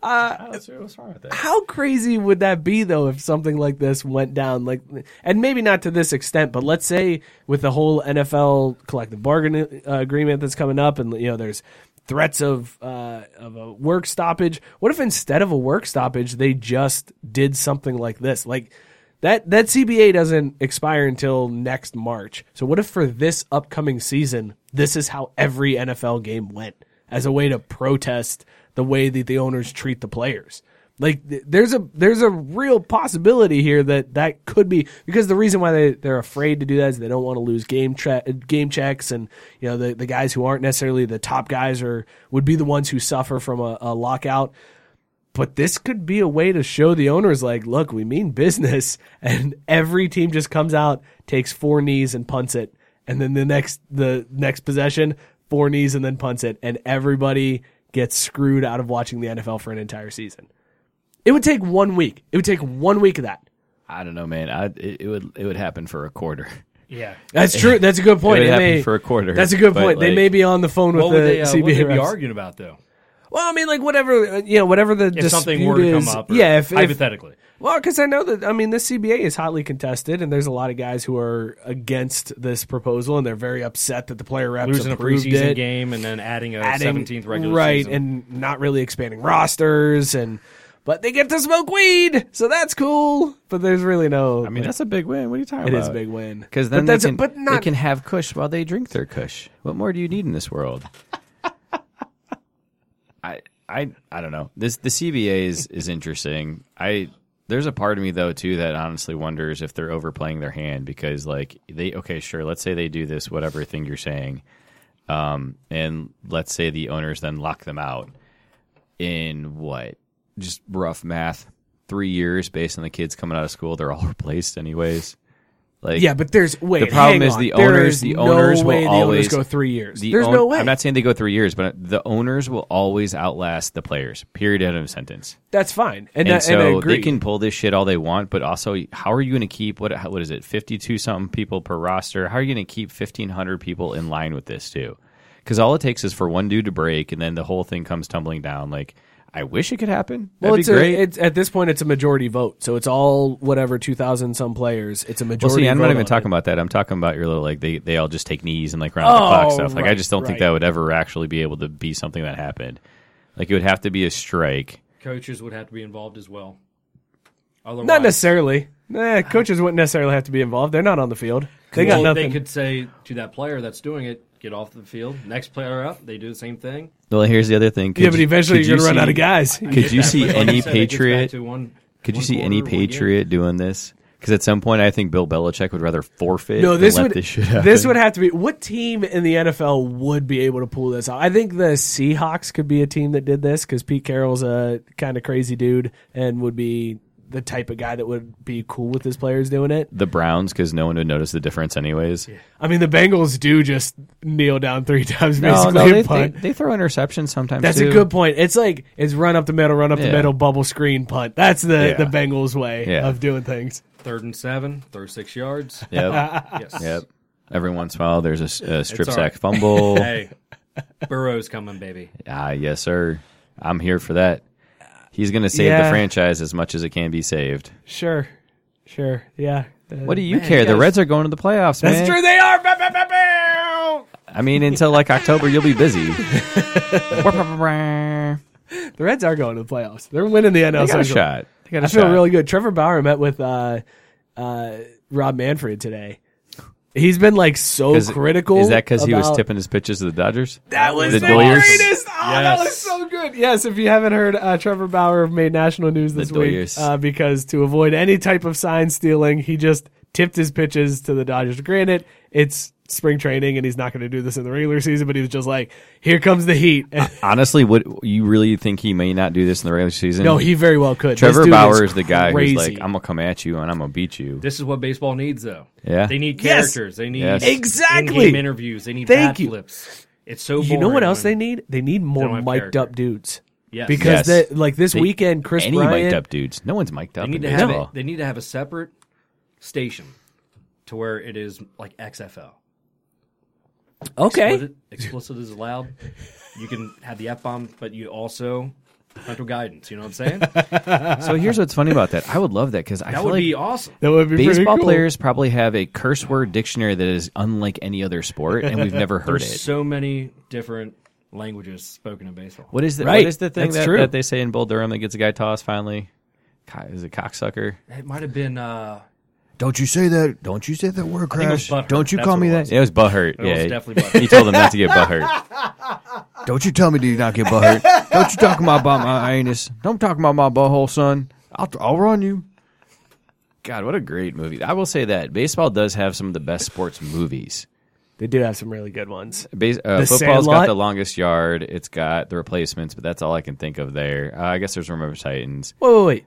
Speaker 2: what's wrong with that?
Speaker 1: How crazy would that be though if something like this went down? Like, and maybe not to this extent, but let's say with the whole NFL collective bargaining uh, agreement that's coming up, and you know, there's threats of uh, of a work stoppage. What if instead of a work stoppage, they just did something like this? Like that that CBA doesn't expire until next March. So what if for this upcoming season, this is how every NFL game went as a way to protest the way that the owners treat the players? Like th- there's a there's a real possibility here that that could be because the reason why they they're afraid to do that is they don't want to lose game tra- game checks and you know the the guys who aren't necessarily the top guys are would be the ones who suffer from a, a lockout. But this could be a way to show the owners like, look, we mean business, and every team just comes out, takes four knees and punts it, and then the next the next possession, four knees and then punts it, and everybody gets screwed out of watching the NFL for an entire season. It would take one week. It would take one week of that.
Speaker 2: I don't know, man. I it, it would it would happen for a quarter.
Speaker 6: Yeah.
Speaker 1: That's true. That's a good point.
Speaker 2: It
Speaker 1: They
Speaker 2: would happen
Speaker 1: may-
Speaker 2: for a quarter,
Speaker 1: That's a good
Speaker 2: but,
Speaker 1: point. they
Speaker 2: like-
Speaker 1: may be on the phone with
Speaker 3: What
Speaker 1: the
Speaker 3: would they, uh,
Speaker 1: CBA
Speaker 3: what would they be
Speaker 1: reps.
Speaker 3: arguing about though?
Speaker 1: Well, I mean, like whatever, uh, you know, whatever the
Speaker 3: If something were to come up, or-
Speaker 1: yeah, if, if
Speaker 3: hypothetically,
Speaker 1: Well, because I know that I mean this CBA is hotly contested, and there's a lot of guys who are against this proposal, and they're very upset that the player reps
Speaker 3: losing a
Speaker 1: approved
Speaker 3: preseason
Speaker 1: it,
Speaker 3: game and then adding a
Speaker 1: adding-
Speaker 3: seventeenth regular
Speaker 1: right,
Speaker 3: season.
Speaker 1: and not really expanding rosters, and but they get to smoke weed, so that's cool. But there's really no.
Speaker 2: I mean, that's a big win. What are you talking
Speaker 1: it
Speaker 2: about?
Speaker 1: is a big win
Speaker 2: Because
Speaker 1: but
Speaker 2: then they
Speaker 1: that's a-
Speaker 2: can,
Speaker 1: but not
Speaker 2: they can have Kush while they drink their Kush. What more do you need in this world? I I I don't know. This the CBA is is interesting. I there's a part of me though too that honestly wonders if they're overplaying their hand because like they okay sure let's say they do this whatever thing you're saying, um and let's say the owners then lock them out in what just rough math three years based on the kids coming out of school they're all replaced anyways. Like
Speaker 1: Yeah, but there's wait.
Speaker 2: the problem
Speaker 1: hang
Speaker 2: is
Speaker 1: on.
Speaker 2: the
Speaker 1: There
Speaker 2: owners.
Speaker 1: is
Speaker 2: the
Speaker 1: no
Speaker 2: owners
Speaker 1: way
Speaker 2: will
Speaker 1: the
Speaker 2: always
Speaker 1: owners go three years.
Speaker 2: the
Speaker 1: There's
Speaker 2: own-
Speaker 1: no way.
Speaker 2: I'm not saying they go three years, but the owners will always outlast the players. Period. End of sentence.
Speaker 1: That's fine, and,
Speaker 2: And,
Speaker 1: I- and I
Speaker 2: so
Speaker 1: agree.
Speaker 2: they can pull this shit all they want, but also, how are you going to keep what? What is it? Fifty two something people per roster. How are you going to keep fifteen hundred people in line with this too? Because all it takes is for one dude to break, and then the whole thing comes tumbling down. Like I wish it could happen. That'd
Speaker 1: well,
Speaker 2: be
Speaker 1: it's,
Speaker 2: great.
Speaker 1: A, it's at this point it's a majority vote, so it's all whatever two thousand some players. It's a
Speaker 2: Well,
Speaker 1: majority.
Speaker 2: see, I'm not
Speaker 1: vote
Speaker 2: even
Speaker 1: on
Speaker 2: talking
Speaker 1: it.
Speaker 2: about that. I'm talking about your little like they, they all just take knees and like round the clock
Speaker 1: Oh,
Speaker 2: stuff. Like I
Speaker 1: right,
Speaker 2: just don't think
Speaker 1: right.
Speaker 2: that would ever actually be able to be something that happened. Like it would have to be a strike.
Speaker 3: coaches would have to be involved as well. Otherwise,
Speaker 1: Not necessarily. Nah, coaches wouldn't necessarily have to be involved. They're not on the field. They got
Speaker 3: Well,
Speaker 1: nothing.
Speaker 3: They could say to that player that's doing it, get off the field. Next player up, they do the same thing.
Speaker 2: Well, here's the other thing. Could
Speaker 1: yeah, but
Speaker 2: you-
Speaker 1: eventually
Speaker 2: could
Speaker 1: you're
Speaker 2: you
Speaker 1: gonna run
Speaker 2: see-
Speaker 1: out of guys.
Speaker 2: Could you
Speaker 3: That-
Speaker 2: see
Speaker 3: like
Speaker 2: any
Speaker 3: you said, it gets back
Speaker 2: Patriot?
Speaker 3: to one-
Speaker 2: Could you
Speaker 3: one
Speaker 2: see any
Speaker 3: quarter, one game.
Speaker 2: Patriot doing this? Because at some point, I think Bill Belichick would rather forfeit.
Speaker 1: No,
Speaker 2: than
Speaker 1: this
Speaker 2: let
Speaker 1: would
Speaker 2: this,
Speaker 1: this,
Speaker 2: shit happen.
Speaker 1: would have to be what team in the NFL would be able to pull this off? I think the Seahawks could be a team that did this because Pete Carroll's a kind of crazy dude and would be the type of guy that would be cool with his players doing it.
Speaker 2: the Browns because no one would notice the difference anyways.
Speaker 1: I mean, the Bengals do just kneel down three times
Speaker 2: No,
Speaker 1: basically.
Speaker 2: no, they,
Speaker 1: and punt.
Speaker 2: they- they throw interceptions sometimes.
Speaker 1: That's
Speaker 2: too.
Speaker 1: a good point. It's like it's run up the middle, run up the
Speaker 2: Yeah.
Speaker 1: middle, bubble screen punt. That's the
Speaker 2: Yeah.
Speaker 1: the Bengals way
Speaker 2: Yeah.
Speaker 1: of doing things.
Speaker 3: Third and seven, throw six yards.
Speaker 2: Yep.
Speaker 3: Yes.
Speaker 2: yep. Every once in a while, there's a s- a, strip
Speaker 3: all
Speaker 2: sack
Speaker 3: right.
Speaker 2: fumble.
Speaker 3: Hey, Burrow's coming, baby.
Speaker 2: Ah, yes, sir. I'm here for that. He's going to save
Speaker 1: Yeah.
Speaker 2: the franchise as much as it can be saved.
Speaker 1: Sure, sure, yeah. Uh,
Speaker 2: What do you care? The Reds are going to the playoffs,
Speaker 1: That's
Speaker 2: man.
Speaker 1: true. They are. Bow, bow, bow, bow.
Speaker 2: I mean, until like October, you'll be busy.
Speaker 1: The Reds are going to the playoffs. They're winning the NL
Speaker 2: they got a
Speaker 1: Central.
Speaker 2: shot. They got a
Speaker 1: I feel
Speaker 2: shot.
Speaker 1: really good. Trevor Bauer met with uh, uh, Rob Manfred today. He's been like so
Speaker 2: 'Cause-
Speaker 1: critical.
Speaker 2: Is that because he was
Speaker 1: about-
Speaker 2: tipping his pitches to the Dodgers?
Speaker 1: That was the,
Speaker 2: The Doyers?
Speaker 1: greatest. Oh, that
Speaker 3: Yes.
Speaker 1: was so good. Yes, if you haven't heard, uh, Trevor Bauer made national news this week
Speaker 2: Doyers.
Speaker 1: uh, because to avoid any type of sign stealing, he just tipped his pitches to the Dodgers. Granted, it's spring training and he's not going to do this in the regular season, but he was just like, here comes the heat.
Speaker 2: Honestly, would you really think he may not do this in the regular season?
Speaker 1: no, he very well could. This
Speaker 2: Trevor
Speaker 1: dude
Speaker 2: Bauer is the guy
Speaker 1: crazy.
Speaker 2: who's like, I'm gonna come at you and I'm gonna beat you.
Speaker 3: This is what baseball needs, though.
Speaker 2: Yeah.
Speaker 3: They need
Speaker 1: Yes.
Speaker 3: characters. They need
Speaker 2: Yes.
Speaker 1: Exactly.
Speaker 3: in-game interviews. They need
Speaker 1: Thank
Speaker 3: bat
Speaker 1: you.
Speaker 3: flips. It's so
Speaker 1: You know
Speaker 3: boring
Speaker 1: what else
Speaker 3: when-
Speaker 1: they need? They need more
Speaker 3: don't have
Speaker 1: mic'd
Speaker 3: character.
Speaker 1: up dudes.
Speaker 3: Yes.
Speaker 1: Because
Speaker 2: Yes.
Speaker 1: they- like this
Speaker 2: They-
Speaker 1: weekend, Chris
Speaker 2: Any
Speaker 1: Bryant,
Speaker 2: mic'd up dudes? No one's mic'd up.
Speaker 3: They need to
Speaker 2: in
Speaker 3: have
Speaker 2: baseball.
Speaker 3: a, they need to have a separate station to where it is like XFL.
Speaker 1: okay,
Speaker 3: Explicit, explicit is allowed. You can have the F bomb, but you also parental guidance. You know what I'm saying? That
Speaker 2: So here's what's funny about that. I would love that because I feel
Speaker 3: would
Speaker 2: like
Speaker 3: be awesome.
Speaker 1: that would be pretty
Speaker 2: baseball
Speaker 1: cool.
Speaker 2: players probably have a curse word dictionary that is unlike any other sport, and we've never heard
Speaker 3: There's
Speaker 2: it.
Speaker 3: so many different languages spoken in baseball.
Speaker 2: what is the
Speaker 1: Right.
Speaker 2: what is the thing
Speaker 1: That's
Speaker 2: that,
Speaker 1: true.
Speaker 2: that they say in Bull Durham that gets a guy tossed finally? Co- Is it cocksucker?
Speaker 3: It might have been. Uh,
Speaker 2: Don't you say that? Don't you say that word,
Speaker 3: think it was Crash. butthurt. Don't you That's call what me it that. was.
Speaker 2: It was butthurt.
Speaker 3: was
Speaker 2: yeah,
Speaker 3: definitely butthurt.
Speaker 2: He told them not to get butthurt. Don't you tell me to not get butt hurt. Don't you talk about, about my anus. Don't talk about my butthole, son. I'll, I'll run you. God, what a great movie. I will say that. Baseball does have some of the best sports movies.
Speaker 1: They do have some really good ones.
Speaker 2: Base, uh,
Speaker 1: The
Speaker 2: football's
Speaker 1: Sandlot?
Speaker 2: got the longest yard. It's got the replacements, but that's all I can think of there. Uh, I guess there's Remember Titans.
Speaker 1: Whoa, wait, wait.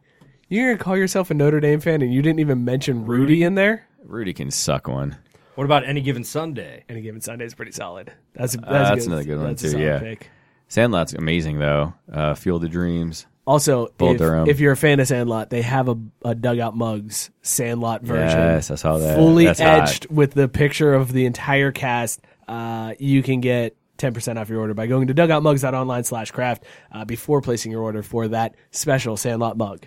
Speaker 1: You're going to call yourself a Notre Dame fan and you didn't even mention Rudy in there?
Speaker 2: Rudy can suck one.
Speaker 3: What about any given Sunday?
Speaker 1: Any given Sunday is pretty solid. That's, a, that's,
Speaker 2: Uh, that's
Speaker 1: a good,
Speaker 2: another good one,
Speaker 1: that's a
Speaker 2: too,
Speaker 1: solid
Speaker 2: yeah.
Speaker 1: pick.
Speaker 2: Sandlot's amazing though. Uh, Field of Dreams.
Speaker 1: Also,
Speaker 2: Bull
Speaker 1: if,
Speaker 2: Durham.
Speaker 1: if you're a fan of Sandlot, they have a, a dugout mugs Sandlot version.
Speaker 2: Yes, I saw that.
Speaker 1: Fully
Speaker 2: That's hot.
Speaker 1: edged with the picture of the entire cast. Uh, you can get 10% off your order by going to dugoutmugs.online slash craft uh, before placing your order for that special Sandlot mug.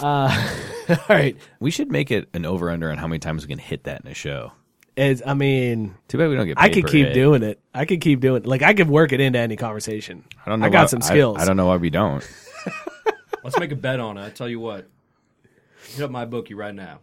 Speaker 1: Uh, all right.
Speaker 2: We should make it an over under on how many times we can hit that in a show.
Speaker 1: It's, I mean,
Speaker 2: Too bad we don't get.
Speaker 1: I could
Speaker 2: paid per
Speaker 1: keep
Speaker 2: hit.
Speaker 1: doing it. I could keep doing it. Like, I could work it into any conversation.
Speaker 2: I don't know.
Speaker 1: I got
Speaker 2: why-
Speaker 1: some skills.
Speaker 2: I, don't know why we don't.
Speaker 3: Let's make a bet on it. I tell you what. Hit up my bookie right now.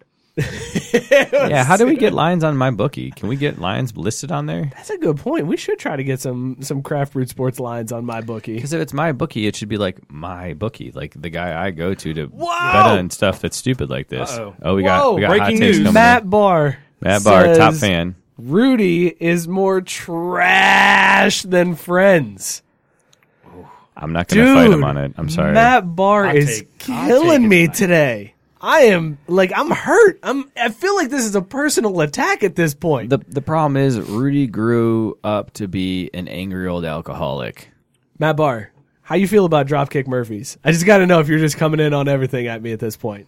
Speaker 2: yeah, how do we get lines on my bookie? Can we get lines listed on there?
Speaker 1: That's a good point. We should try to get some some craft root sports lines on my bookie.
Speaker 2: Because if it's my bookie, it should be like my bookie, like the guy I go to to
Speaker 1: Whoa!
Speaker 2: bet on stuff that's stupid like this.
Speaker 3: Uh-oh.
Speaker 2: Oh, we got
Speaker 1: Whoa,
Speaker 2: we got hot
Speaker 3: breaking
Speaker 2: takes
Speaker 3: news.
Speaker 2: coming
Speaker 1: Matt Barr.
Speaker 2: in. Matt Barr, top
Speaker 1: says,
Speaker 2: fan.
Speaker 1: Rudy is more trash than friends.
Speaker 2: I'm not gonna
Speaker 1: Dude,
Speaker 2: fight him on it. I'm sorry.
Speaker 1: Matt Barr
Speaker 3: I'll
Speaker 1: is
Speaker 3: take- I'll take
Speaker 1: killing
Speaker 3: it
Speaker 1: me
Speaker 3: tonight.
Speaker 1: today. I am like I'm hurt. I'm I feel like this is a personal attack at this point.
Speaker 2: the the problem is Rudy grew up to be an angry old alcoholic.
Speaker 1: Matt Barr, how you feel about Dropkick Murphys? I just got to know if you're just coming in on everything at me at this point.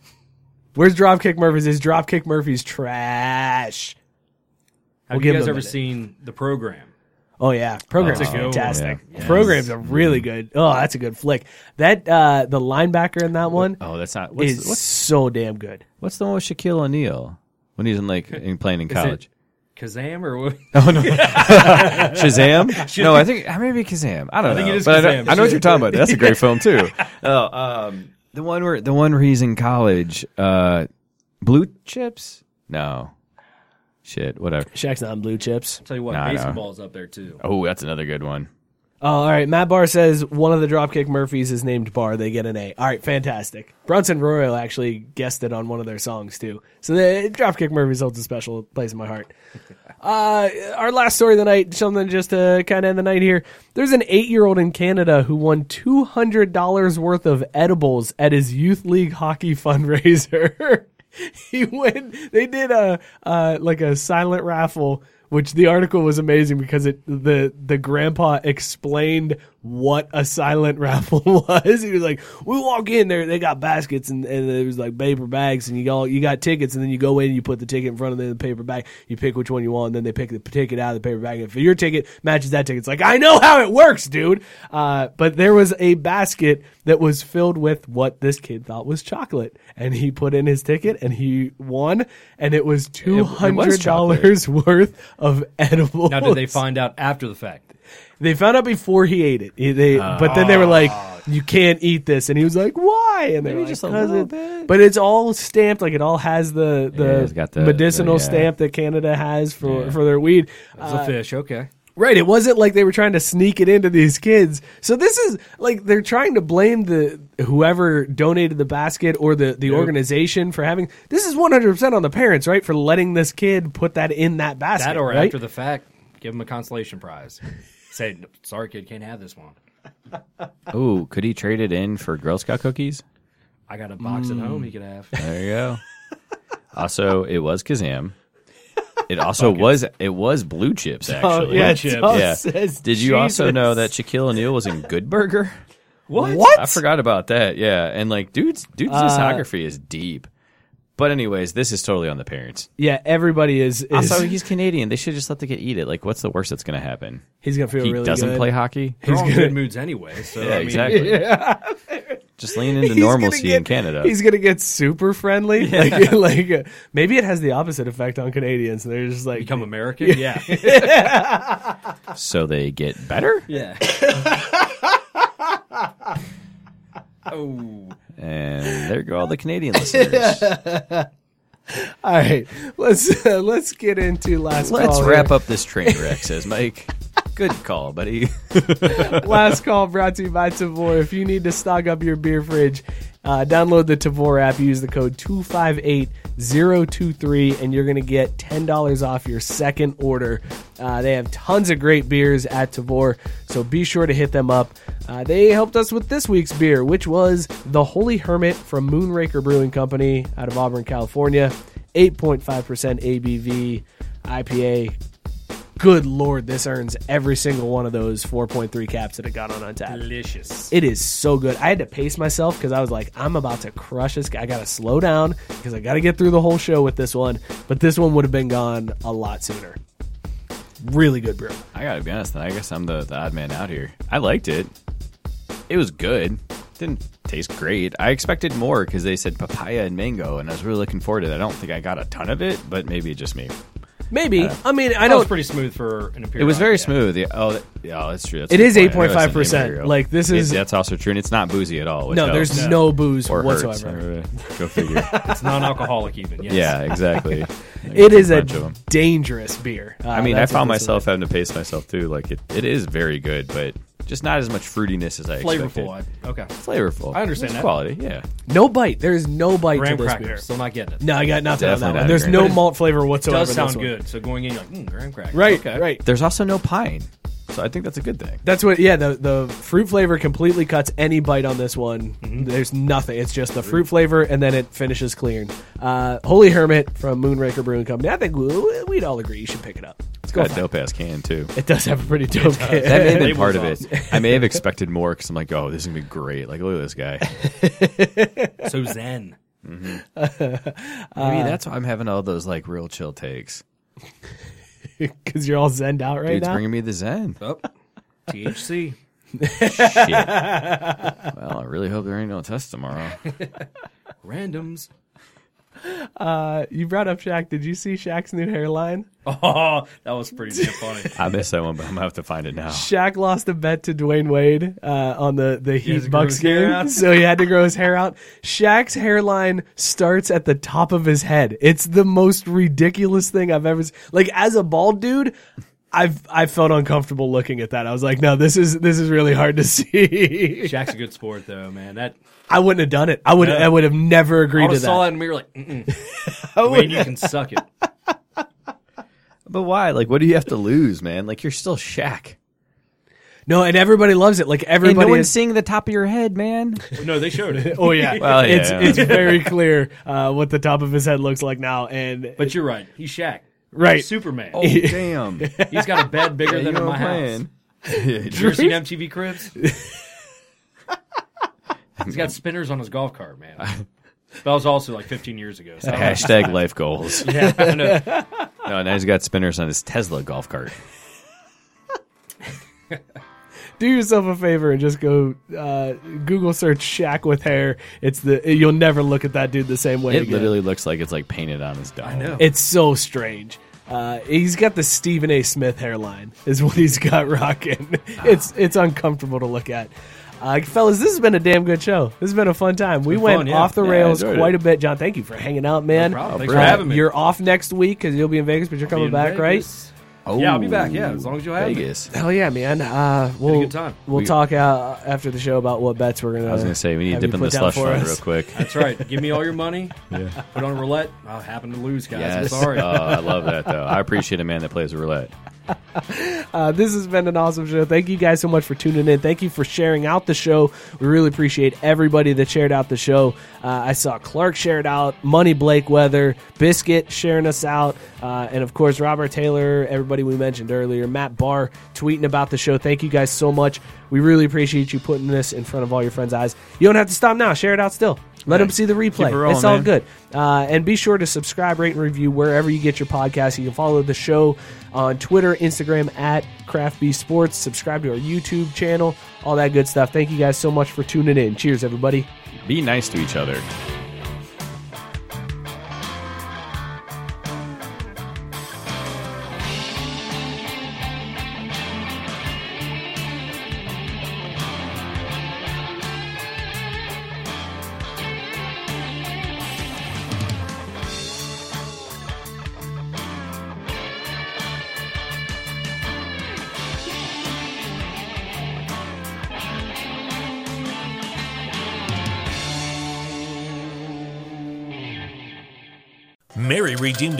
Speaker 1: Where's Dropkick Murphys? Is Dropkick Murphys trash?
Speaker 3: Have
Speaker 1: We'll
Speaker 3: you
Speaker 1: give
Speaker 3: guys
Speaker 1: them a
Speaker 3: ever
Speaker 1: minute.
Speaker 3: seen the program?
Speaker 1: Oh yeah, program's
Speaker 3: That's a good one.
Speaker 1: fantastic.
Speaker 2: Yeah. Yes.
Speaker 1: Program's a really good. Oh, that's a good flick. That uh the linebacker in that one
Speaker 2: Oh, that's not what's
Speaker 1: is
Speaker 2: what's,
Speaker 1: so damn good.
Speaker 2: what's the one with Shaquille O'Neal when he's in like in playing in
Speaker 3: it-
Speaker 2: college?
Speaker 3: Kazam or what?
Speaker 2: Oh, Shazam? no, I think uh, maybe Kazam. I don't know.
Speaker 3: think it is
Speaker 2: but I
Speaker 3: Kazam.
Speaker 2: know, I know what you're talking about. That's a great film too. Oh, um, the one where the one where he's in college, uh, blue chips? No, shit, whatever.
Speaker 1: Shaq's not in blue chips.
Speaker 3: tell you what,
Speaker 2: Nah, I know.
Speaker 3: baseball's up there too.
Speaker 2: Oh, that's another good one.
Speaker 1: Oh, all right. Matt Barr says one of the Dropkick Murphys is named Barr. They get an A. All right, fantastic. Bronson Royal actually guessed it on one of their songs too. So the Dropkick Murphys holds a special place in my heart. Uh, our last story of the night, something just to kind of end the night here. There's an eight-year-old in Canada who won two hundred dollars worth of edibles at his youth league hockey fundraiser. he went. They did a uh, like a silent raffle, which the article was amazing because it the the grandpa explained what a silent raffle was. He was like, "We walk in there, they got baskets and and it was like paper bags, and you all you got tickets, and then you go in, and you put the ticket in front of the paper bag, you pick which one you want, and then they pick the ticket out of the paper bag. If your ticket matches that ticket, it's like I know how it works, dude. Uh, but there was a basket that was filled with what this kid thought was chocolate, and he put in his ticket, and he won, and it was two hundred dollars worth of edibles.
Speaker 3: Now, did they find out after the fact?
Speaker 1: They found out before he ate it. He- They, but then they were like,
Speaker 3: Ah.
Speaker 1: "You can't eat this," and he was like, "Why?" And they were like,
Speaker 2: just a
Speaker 1: "'Cause
Speaker 2: little
Speaker 1: it-"
Speaker 2: bit.
Speaker 1: But it's all stamped, like it all has the
Speaker 2: Yeah,
Speaker 1: the,
Speaker 2: it's got the-
Speaker 1: medicinal
Speaker 2: the- yeah.
Speaker 1: stamp that Canada has for for their weed. Uh,
Speaker 3: It's a fish. Okay.
Speaker 1: Right. It wasn't like they were trying to sneak it into these kids. So this is like they're trying to blame the whoever donated the basket or the, the organization for having this is 100% on the parents, right? For letting this kid put that in that basket.
Speaker 3: That or
Speaker 1: right?
Speaker 3: after the fact, give him a consolation prize. Say, sorry, kid, can't have this one.
Speaker 2: Oh, could he trade it in for Girl Scout cookies?
Speaker 3: I got a box at home he could have.
Speaker 2: There you go. also, it was Kazam. It also was it was blue chips
Speaker 1: Oh,
Speaker 2: actually.
Speaker 1: yeah,
Speaker 3: chips.
Speaker 1: Tom
Speaker 2: Yeah.
Speaker 1: says
Speaker 2: Did you also
Speaker 1: Jesus.
Speaker 2: know that Shaquille O'Neal was in Good Burger?
Speaker 1: What? What? Uh,
Speaker 2: I forgot about that. Yeah, and like, dude's dude's discography is deep. But anyways, this is totally on the parents.
Speaker 1: Yeah, everybody is. is
Speaker 2: Also, he's Canadian. They should just let the kid eat it. Like, what's the worst that's going to happen?
Speaker 1: he's gonna feel
Speaker 2: He
Speaker 1: really
Speaker 2: doesn't
Speaker 1: good.
Speaker 2: play hockey.
Speaker 3: They're all in good moods anyway. So
Speaker 2: Yeah,
Speaker 3: I mean,
Speaker 2: exactly. Just lean into
Speaker 1: He's gonna
Speaker 2: normalcy in
Speaker 1: get-
Speaker 2: Canada.
Speaker 1: He's gonna get super friendly. Like, like uh, maybe it has the opposite effect on Canadians. They're just like
Speaker 3: Become American? Yeah.
Speaker 2: so they get better.
Speaker 3: Yeah. oh.
Speaker 2: And there go all the Canadian listeners.
Speaker 1: All right, let's uh, let's get into last.
Speaker 2: Let's
Speaker 1: call
Speaker 2: wrap
Speaker 1: here.
Speaker 2: up this train wreck, says Mike. Good call, buddy.
Speaker 1: Last call brought to you by Tavor. If you need to stock up your beer fridge, uh, download the Tavor app, use the code 258023, and you're going to get $10 off your second order. Uh, they have tons of great beers at Tavor, so be sure to hit them up. Uh, they helped us with this week's beer, which was the Holy Hermit from Moonraker Brewing Company out of Auburn, California. 8.5% ABV IPA good lord, this earns every single one of those 4.3 caps that it got on Untappd.
Speaker 3: Delicious.
Speaker 1: It is so good. I had to pace myself because I was like, I'm about to crush this. guy. I got to slow down because I got to get through the whole show with this one. But this one would have been gone a lot sooner. Really good brew.
Speaker 2: I gotta be honest. I guess I'm the, the odd man out here. I liked it. It was good. Didn't taste great. I expected more because they said papaya and mango, and I was really looking forward to it. I don't think I got a ton of it, but maybe it's just me.
Speaker 1: Maybe.
Speaker 2: Uh,
Speaker 1: I mean, I
Speaker 3: That was
Speaker 1: don't.
Speaker 3: pretty smooth for an imperial.
Speaker 2: It was very
Speaker 3: IPA.
Speaker 2: smooth. Yeah, oh, that- yeah, that's true. That's
Speaker 1: It
Speaker 2: a good
Speaker 1: is
Speaker 2: point. I know that's an
Speaker 1: 8.5%.
Speaker 2: imperial.
Speaker 1: Like, this
Speaker 2: It-
Speaker 1: is-
Speaker 2: that's also true, and it's not boozy at all. which
Speaker 1: No,
Speaker 2: helps.
Speaker 1: there's no booze
Speaker 2: or hurts.
Speaker 1: whatsoever.
Speaker 2: Uh, Go figure.
Speaker 3: It's non-alcoholic even. Yes.
Speaker 2: yeah, exactly. Like,
Speaker 1: It
Speaker 2: it's
Speaker 1: is a
Speaker 2: bunch of 'em.
Speaker 1: dangerous beer. Uh,
Speaker 2: I mean, I
Speaker 1: that's what
Speaker 2: found
Speaker 1: this is.
Speaker 2: myself having to pace myself too. Like it, it is very good, but just not as much fruitiness as I expected.
Speaker 3: Flavorful. I, okay.
Speaker 2: Flavorful.
Speaker 3: I understand
Speaker 2: It's
Speaker 3: that.
Speaker 2: quality. Yeah.
Speaker 1: No bite. There is no bite
Speaker 3: Graham
Speaker 1: to this
Speaker 3: cracker.
Speaker 1: beer.
Speaker 3: Still not getting it.
Speaker 1: No, I got nothing on that
Speaker 2: Definitely
Speaker 1: one.
Speaker 2: not
Speaker 1: There's
Speaker 2: green.
Speaker 1: no
Speaker 2: But it
Speaker 1: malt flavor whatsoever.
Speaker 3: does
Speaker 1: in this
Speaker 3: sound
Speaker 1: one.
Speaker 3: good. So going in, you're like, mm, graham cracker.
Speaker 1: Right,
Speaker 3: Okay.
Speaker 1: right.
Speaker 2: There's also no pine, so I think that's a good thing.
Speaker 1: That's what, yeah. The the fruit flavor completely cuts any bite on this one.
Speaker 2: Mm-hmm.
Speaker 1: There's nothing. It's just the fruit flavor, and then it finishes clean. Uh, Holy Hermit from Moonraker Brewing Company. I think we, wed all agree you should pick it up. It's
Speaker 2: Got a
Speaker 1: dope.
Speaker 2: dope ass can too.
Speaker 1: It does have a pretty dope. can.
Speaker 2: That may have been
Speaker 3: Label's
Speaker 2: part of it. I may have expected more because I'm like, oh, this is gonna be great. Like, look at this guy.
Speaker 3: So zen.
Speaker 2: Maybe that's why I'm having all those like real chill takes.
Speaker 1: because you're all zenned out right
Speaker 2: Dude's
Speaker 1: now.
Speaker 2: bringing me the zen.
Speaker 3: Oh. THC.
Speaker 2: Shit. well, I really hope there ain't no test tomorrow.
Speaker 3: Randoms.
Speaker 1: Uh, you brought up Shaq. Did you see Shaq's new hairline?
Speaker 3: Oh, that was pretty damn funny.
Speaker 2: I missed that one, but I'm gonna have to find it now.
Speaker 1: Shaq lost a bet to Dwayne Wade uh, on the the
Speaker 3: has
Speaker 1: Heat
Speaker 3: to grow
Speaker 1: Bucks
Speaker 3: his hair
Speaker 1: game,
Speaker 3: out.
Speaker 1: so he had to grow his hair out. Shaq's hairline starts at the top of his head. It's the most ridiculous thing I've ever seen. Like as a bald dude, I've I felt uncomfortable looking at that. I was like, no, this is this is really hard to see.
Speaker 3: Jack's a good sport though, man. That
Speaker 1: I wouldn't have done it. I would I would have never
Speaker 3: I
Speaker 1: agreed to
Speaker 3: would've
Speaker 1: that.
Speaker 3: saw that Oh, in the mirror like, mm-mm. Wayne, you can suck it.
Speaker 2: But why? Like, what do you have to lose, man? Like, you're still Shaq.
Speaker 1: No, and everybody loves it. Like everybody.
Speaker 2: And no one's
Speaker 1: is-
Speaker 2: seeing the top of your head, man.
Speaker 3: No, they showed it.
Speaker 1: Oh yeah,
Speaker 2: Well, yeah.
Speaker 1: it's it's very clear uh, what the top of his head looks like now, and
Speaker 3: But you're right. He's Shaq.
Speaker 1: right,
Speaker 3: He's Superman.
Speaker 2: damn.
Speaker 3: He's got a bed bigger than in my house. You ever seen MTV Cribs? He's got spinners on his golf cart, man. That was also like 15 years ago. So I don't
Speaker 2: Hashtag life goals.
Speaker 3: know. Yeah, I know.
Speaker 2: No, now he's got spinners on his Tesla golf cart.
Speaker 1: do yourself a favor and just go uh, Google search Shaq with hair. It's the you'll never look at that dude the same way.
Speaker 2: It
Speaker 1: again.
Speaker 2: literally looks like it's like painted on his dome. I know.
Speaker 1: it's so strange. Uh, he's got the Stephen A. Smith hairline, is what he's got rocking. It's it's uncomfortable to look at. Uh, fellas, this has been a damn good show. This has been a fun time. We went
Speaker 3: fun, yeah.
Speaker 1: off the
Speaker 2: Yeah, I
Speaker 1: rails
Speaker 2: enjoyed
Speaker 1: quite
Speaker 2: it.
Speaker 1: a bit, John. Thank you for hanging out, man.
Speaker 3: problem.
Speaker 2: Oh,
Speaker 3: Thanks for
Speaker 2: brilliant.
Speaker 3: having me.
Speaker 1: You're off next week because you'll be in Vegas, but you're coming
Speaker 3: in
Speaker 1: back, right?
Speaker 3: Vegas. Yeah, I'll be back. Yeah, as long as you'll have me.
Speaker 2: Vegas.
Speaker 1: Hell yeah, man! Uh, we'll
Speaker 3: good time.
Speaker 1: we'll
Speaker 2: We-
Speaker 1: talk uh, after the show about what bets we're gonna.
Speaker 2: I was gonna say we need to dip in the slush fund real quick.
Speaker 3: That's right. Give me all your money. Put on roulette. I happen to lose, guys.
Speaker 2: Yes.
Speaker 3: I'm sorry.
Speaker 2: Oh, I love that though. I appreciate a man that plays roulette.
Speaker 1: Uh, this has been an awesome show. Thank you guys so much for tuning in. Thank you for sharing out the show. We really appreciate everybody that shared out the show. Uh, I saw Clark shared out, Money Blake Weather, Biscuit sharing us out, uh, and of course Robert Taylor, everybody we mentioned earlier, Matt Barr tweeting about the show. Thank you guys so much. We really appreciate you putting this in front of all your friends' eyes. You don't have to stop now. Share it out still. Let them see the replay.
Speaker 2: Keep it rolling,
Speaker 1: it's all
Speaker 2: man.
Speaker 1: good. Uh, and be sure to subscribe, rate, and review wherever you get your podcast. You can follow the show on Twitter, Instagram at Craft Bee Sports. Subscribe to our YouTube channel, all that good stuff. Thank you guys so much for tuning in. Cheers, everybody.
Speaker 2: Be nice to each other.
Speaker 7: Mary redeemed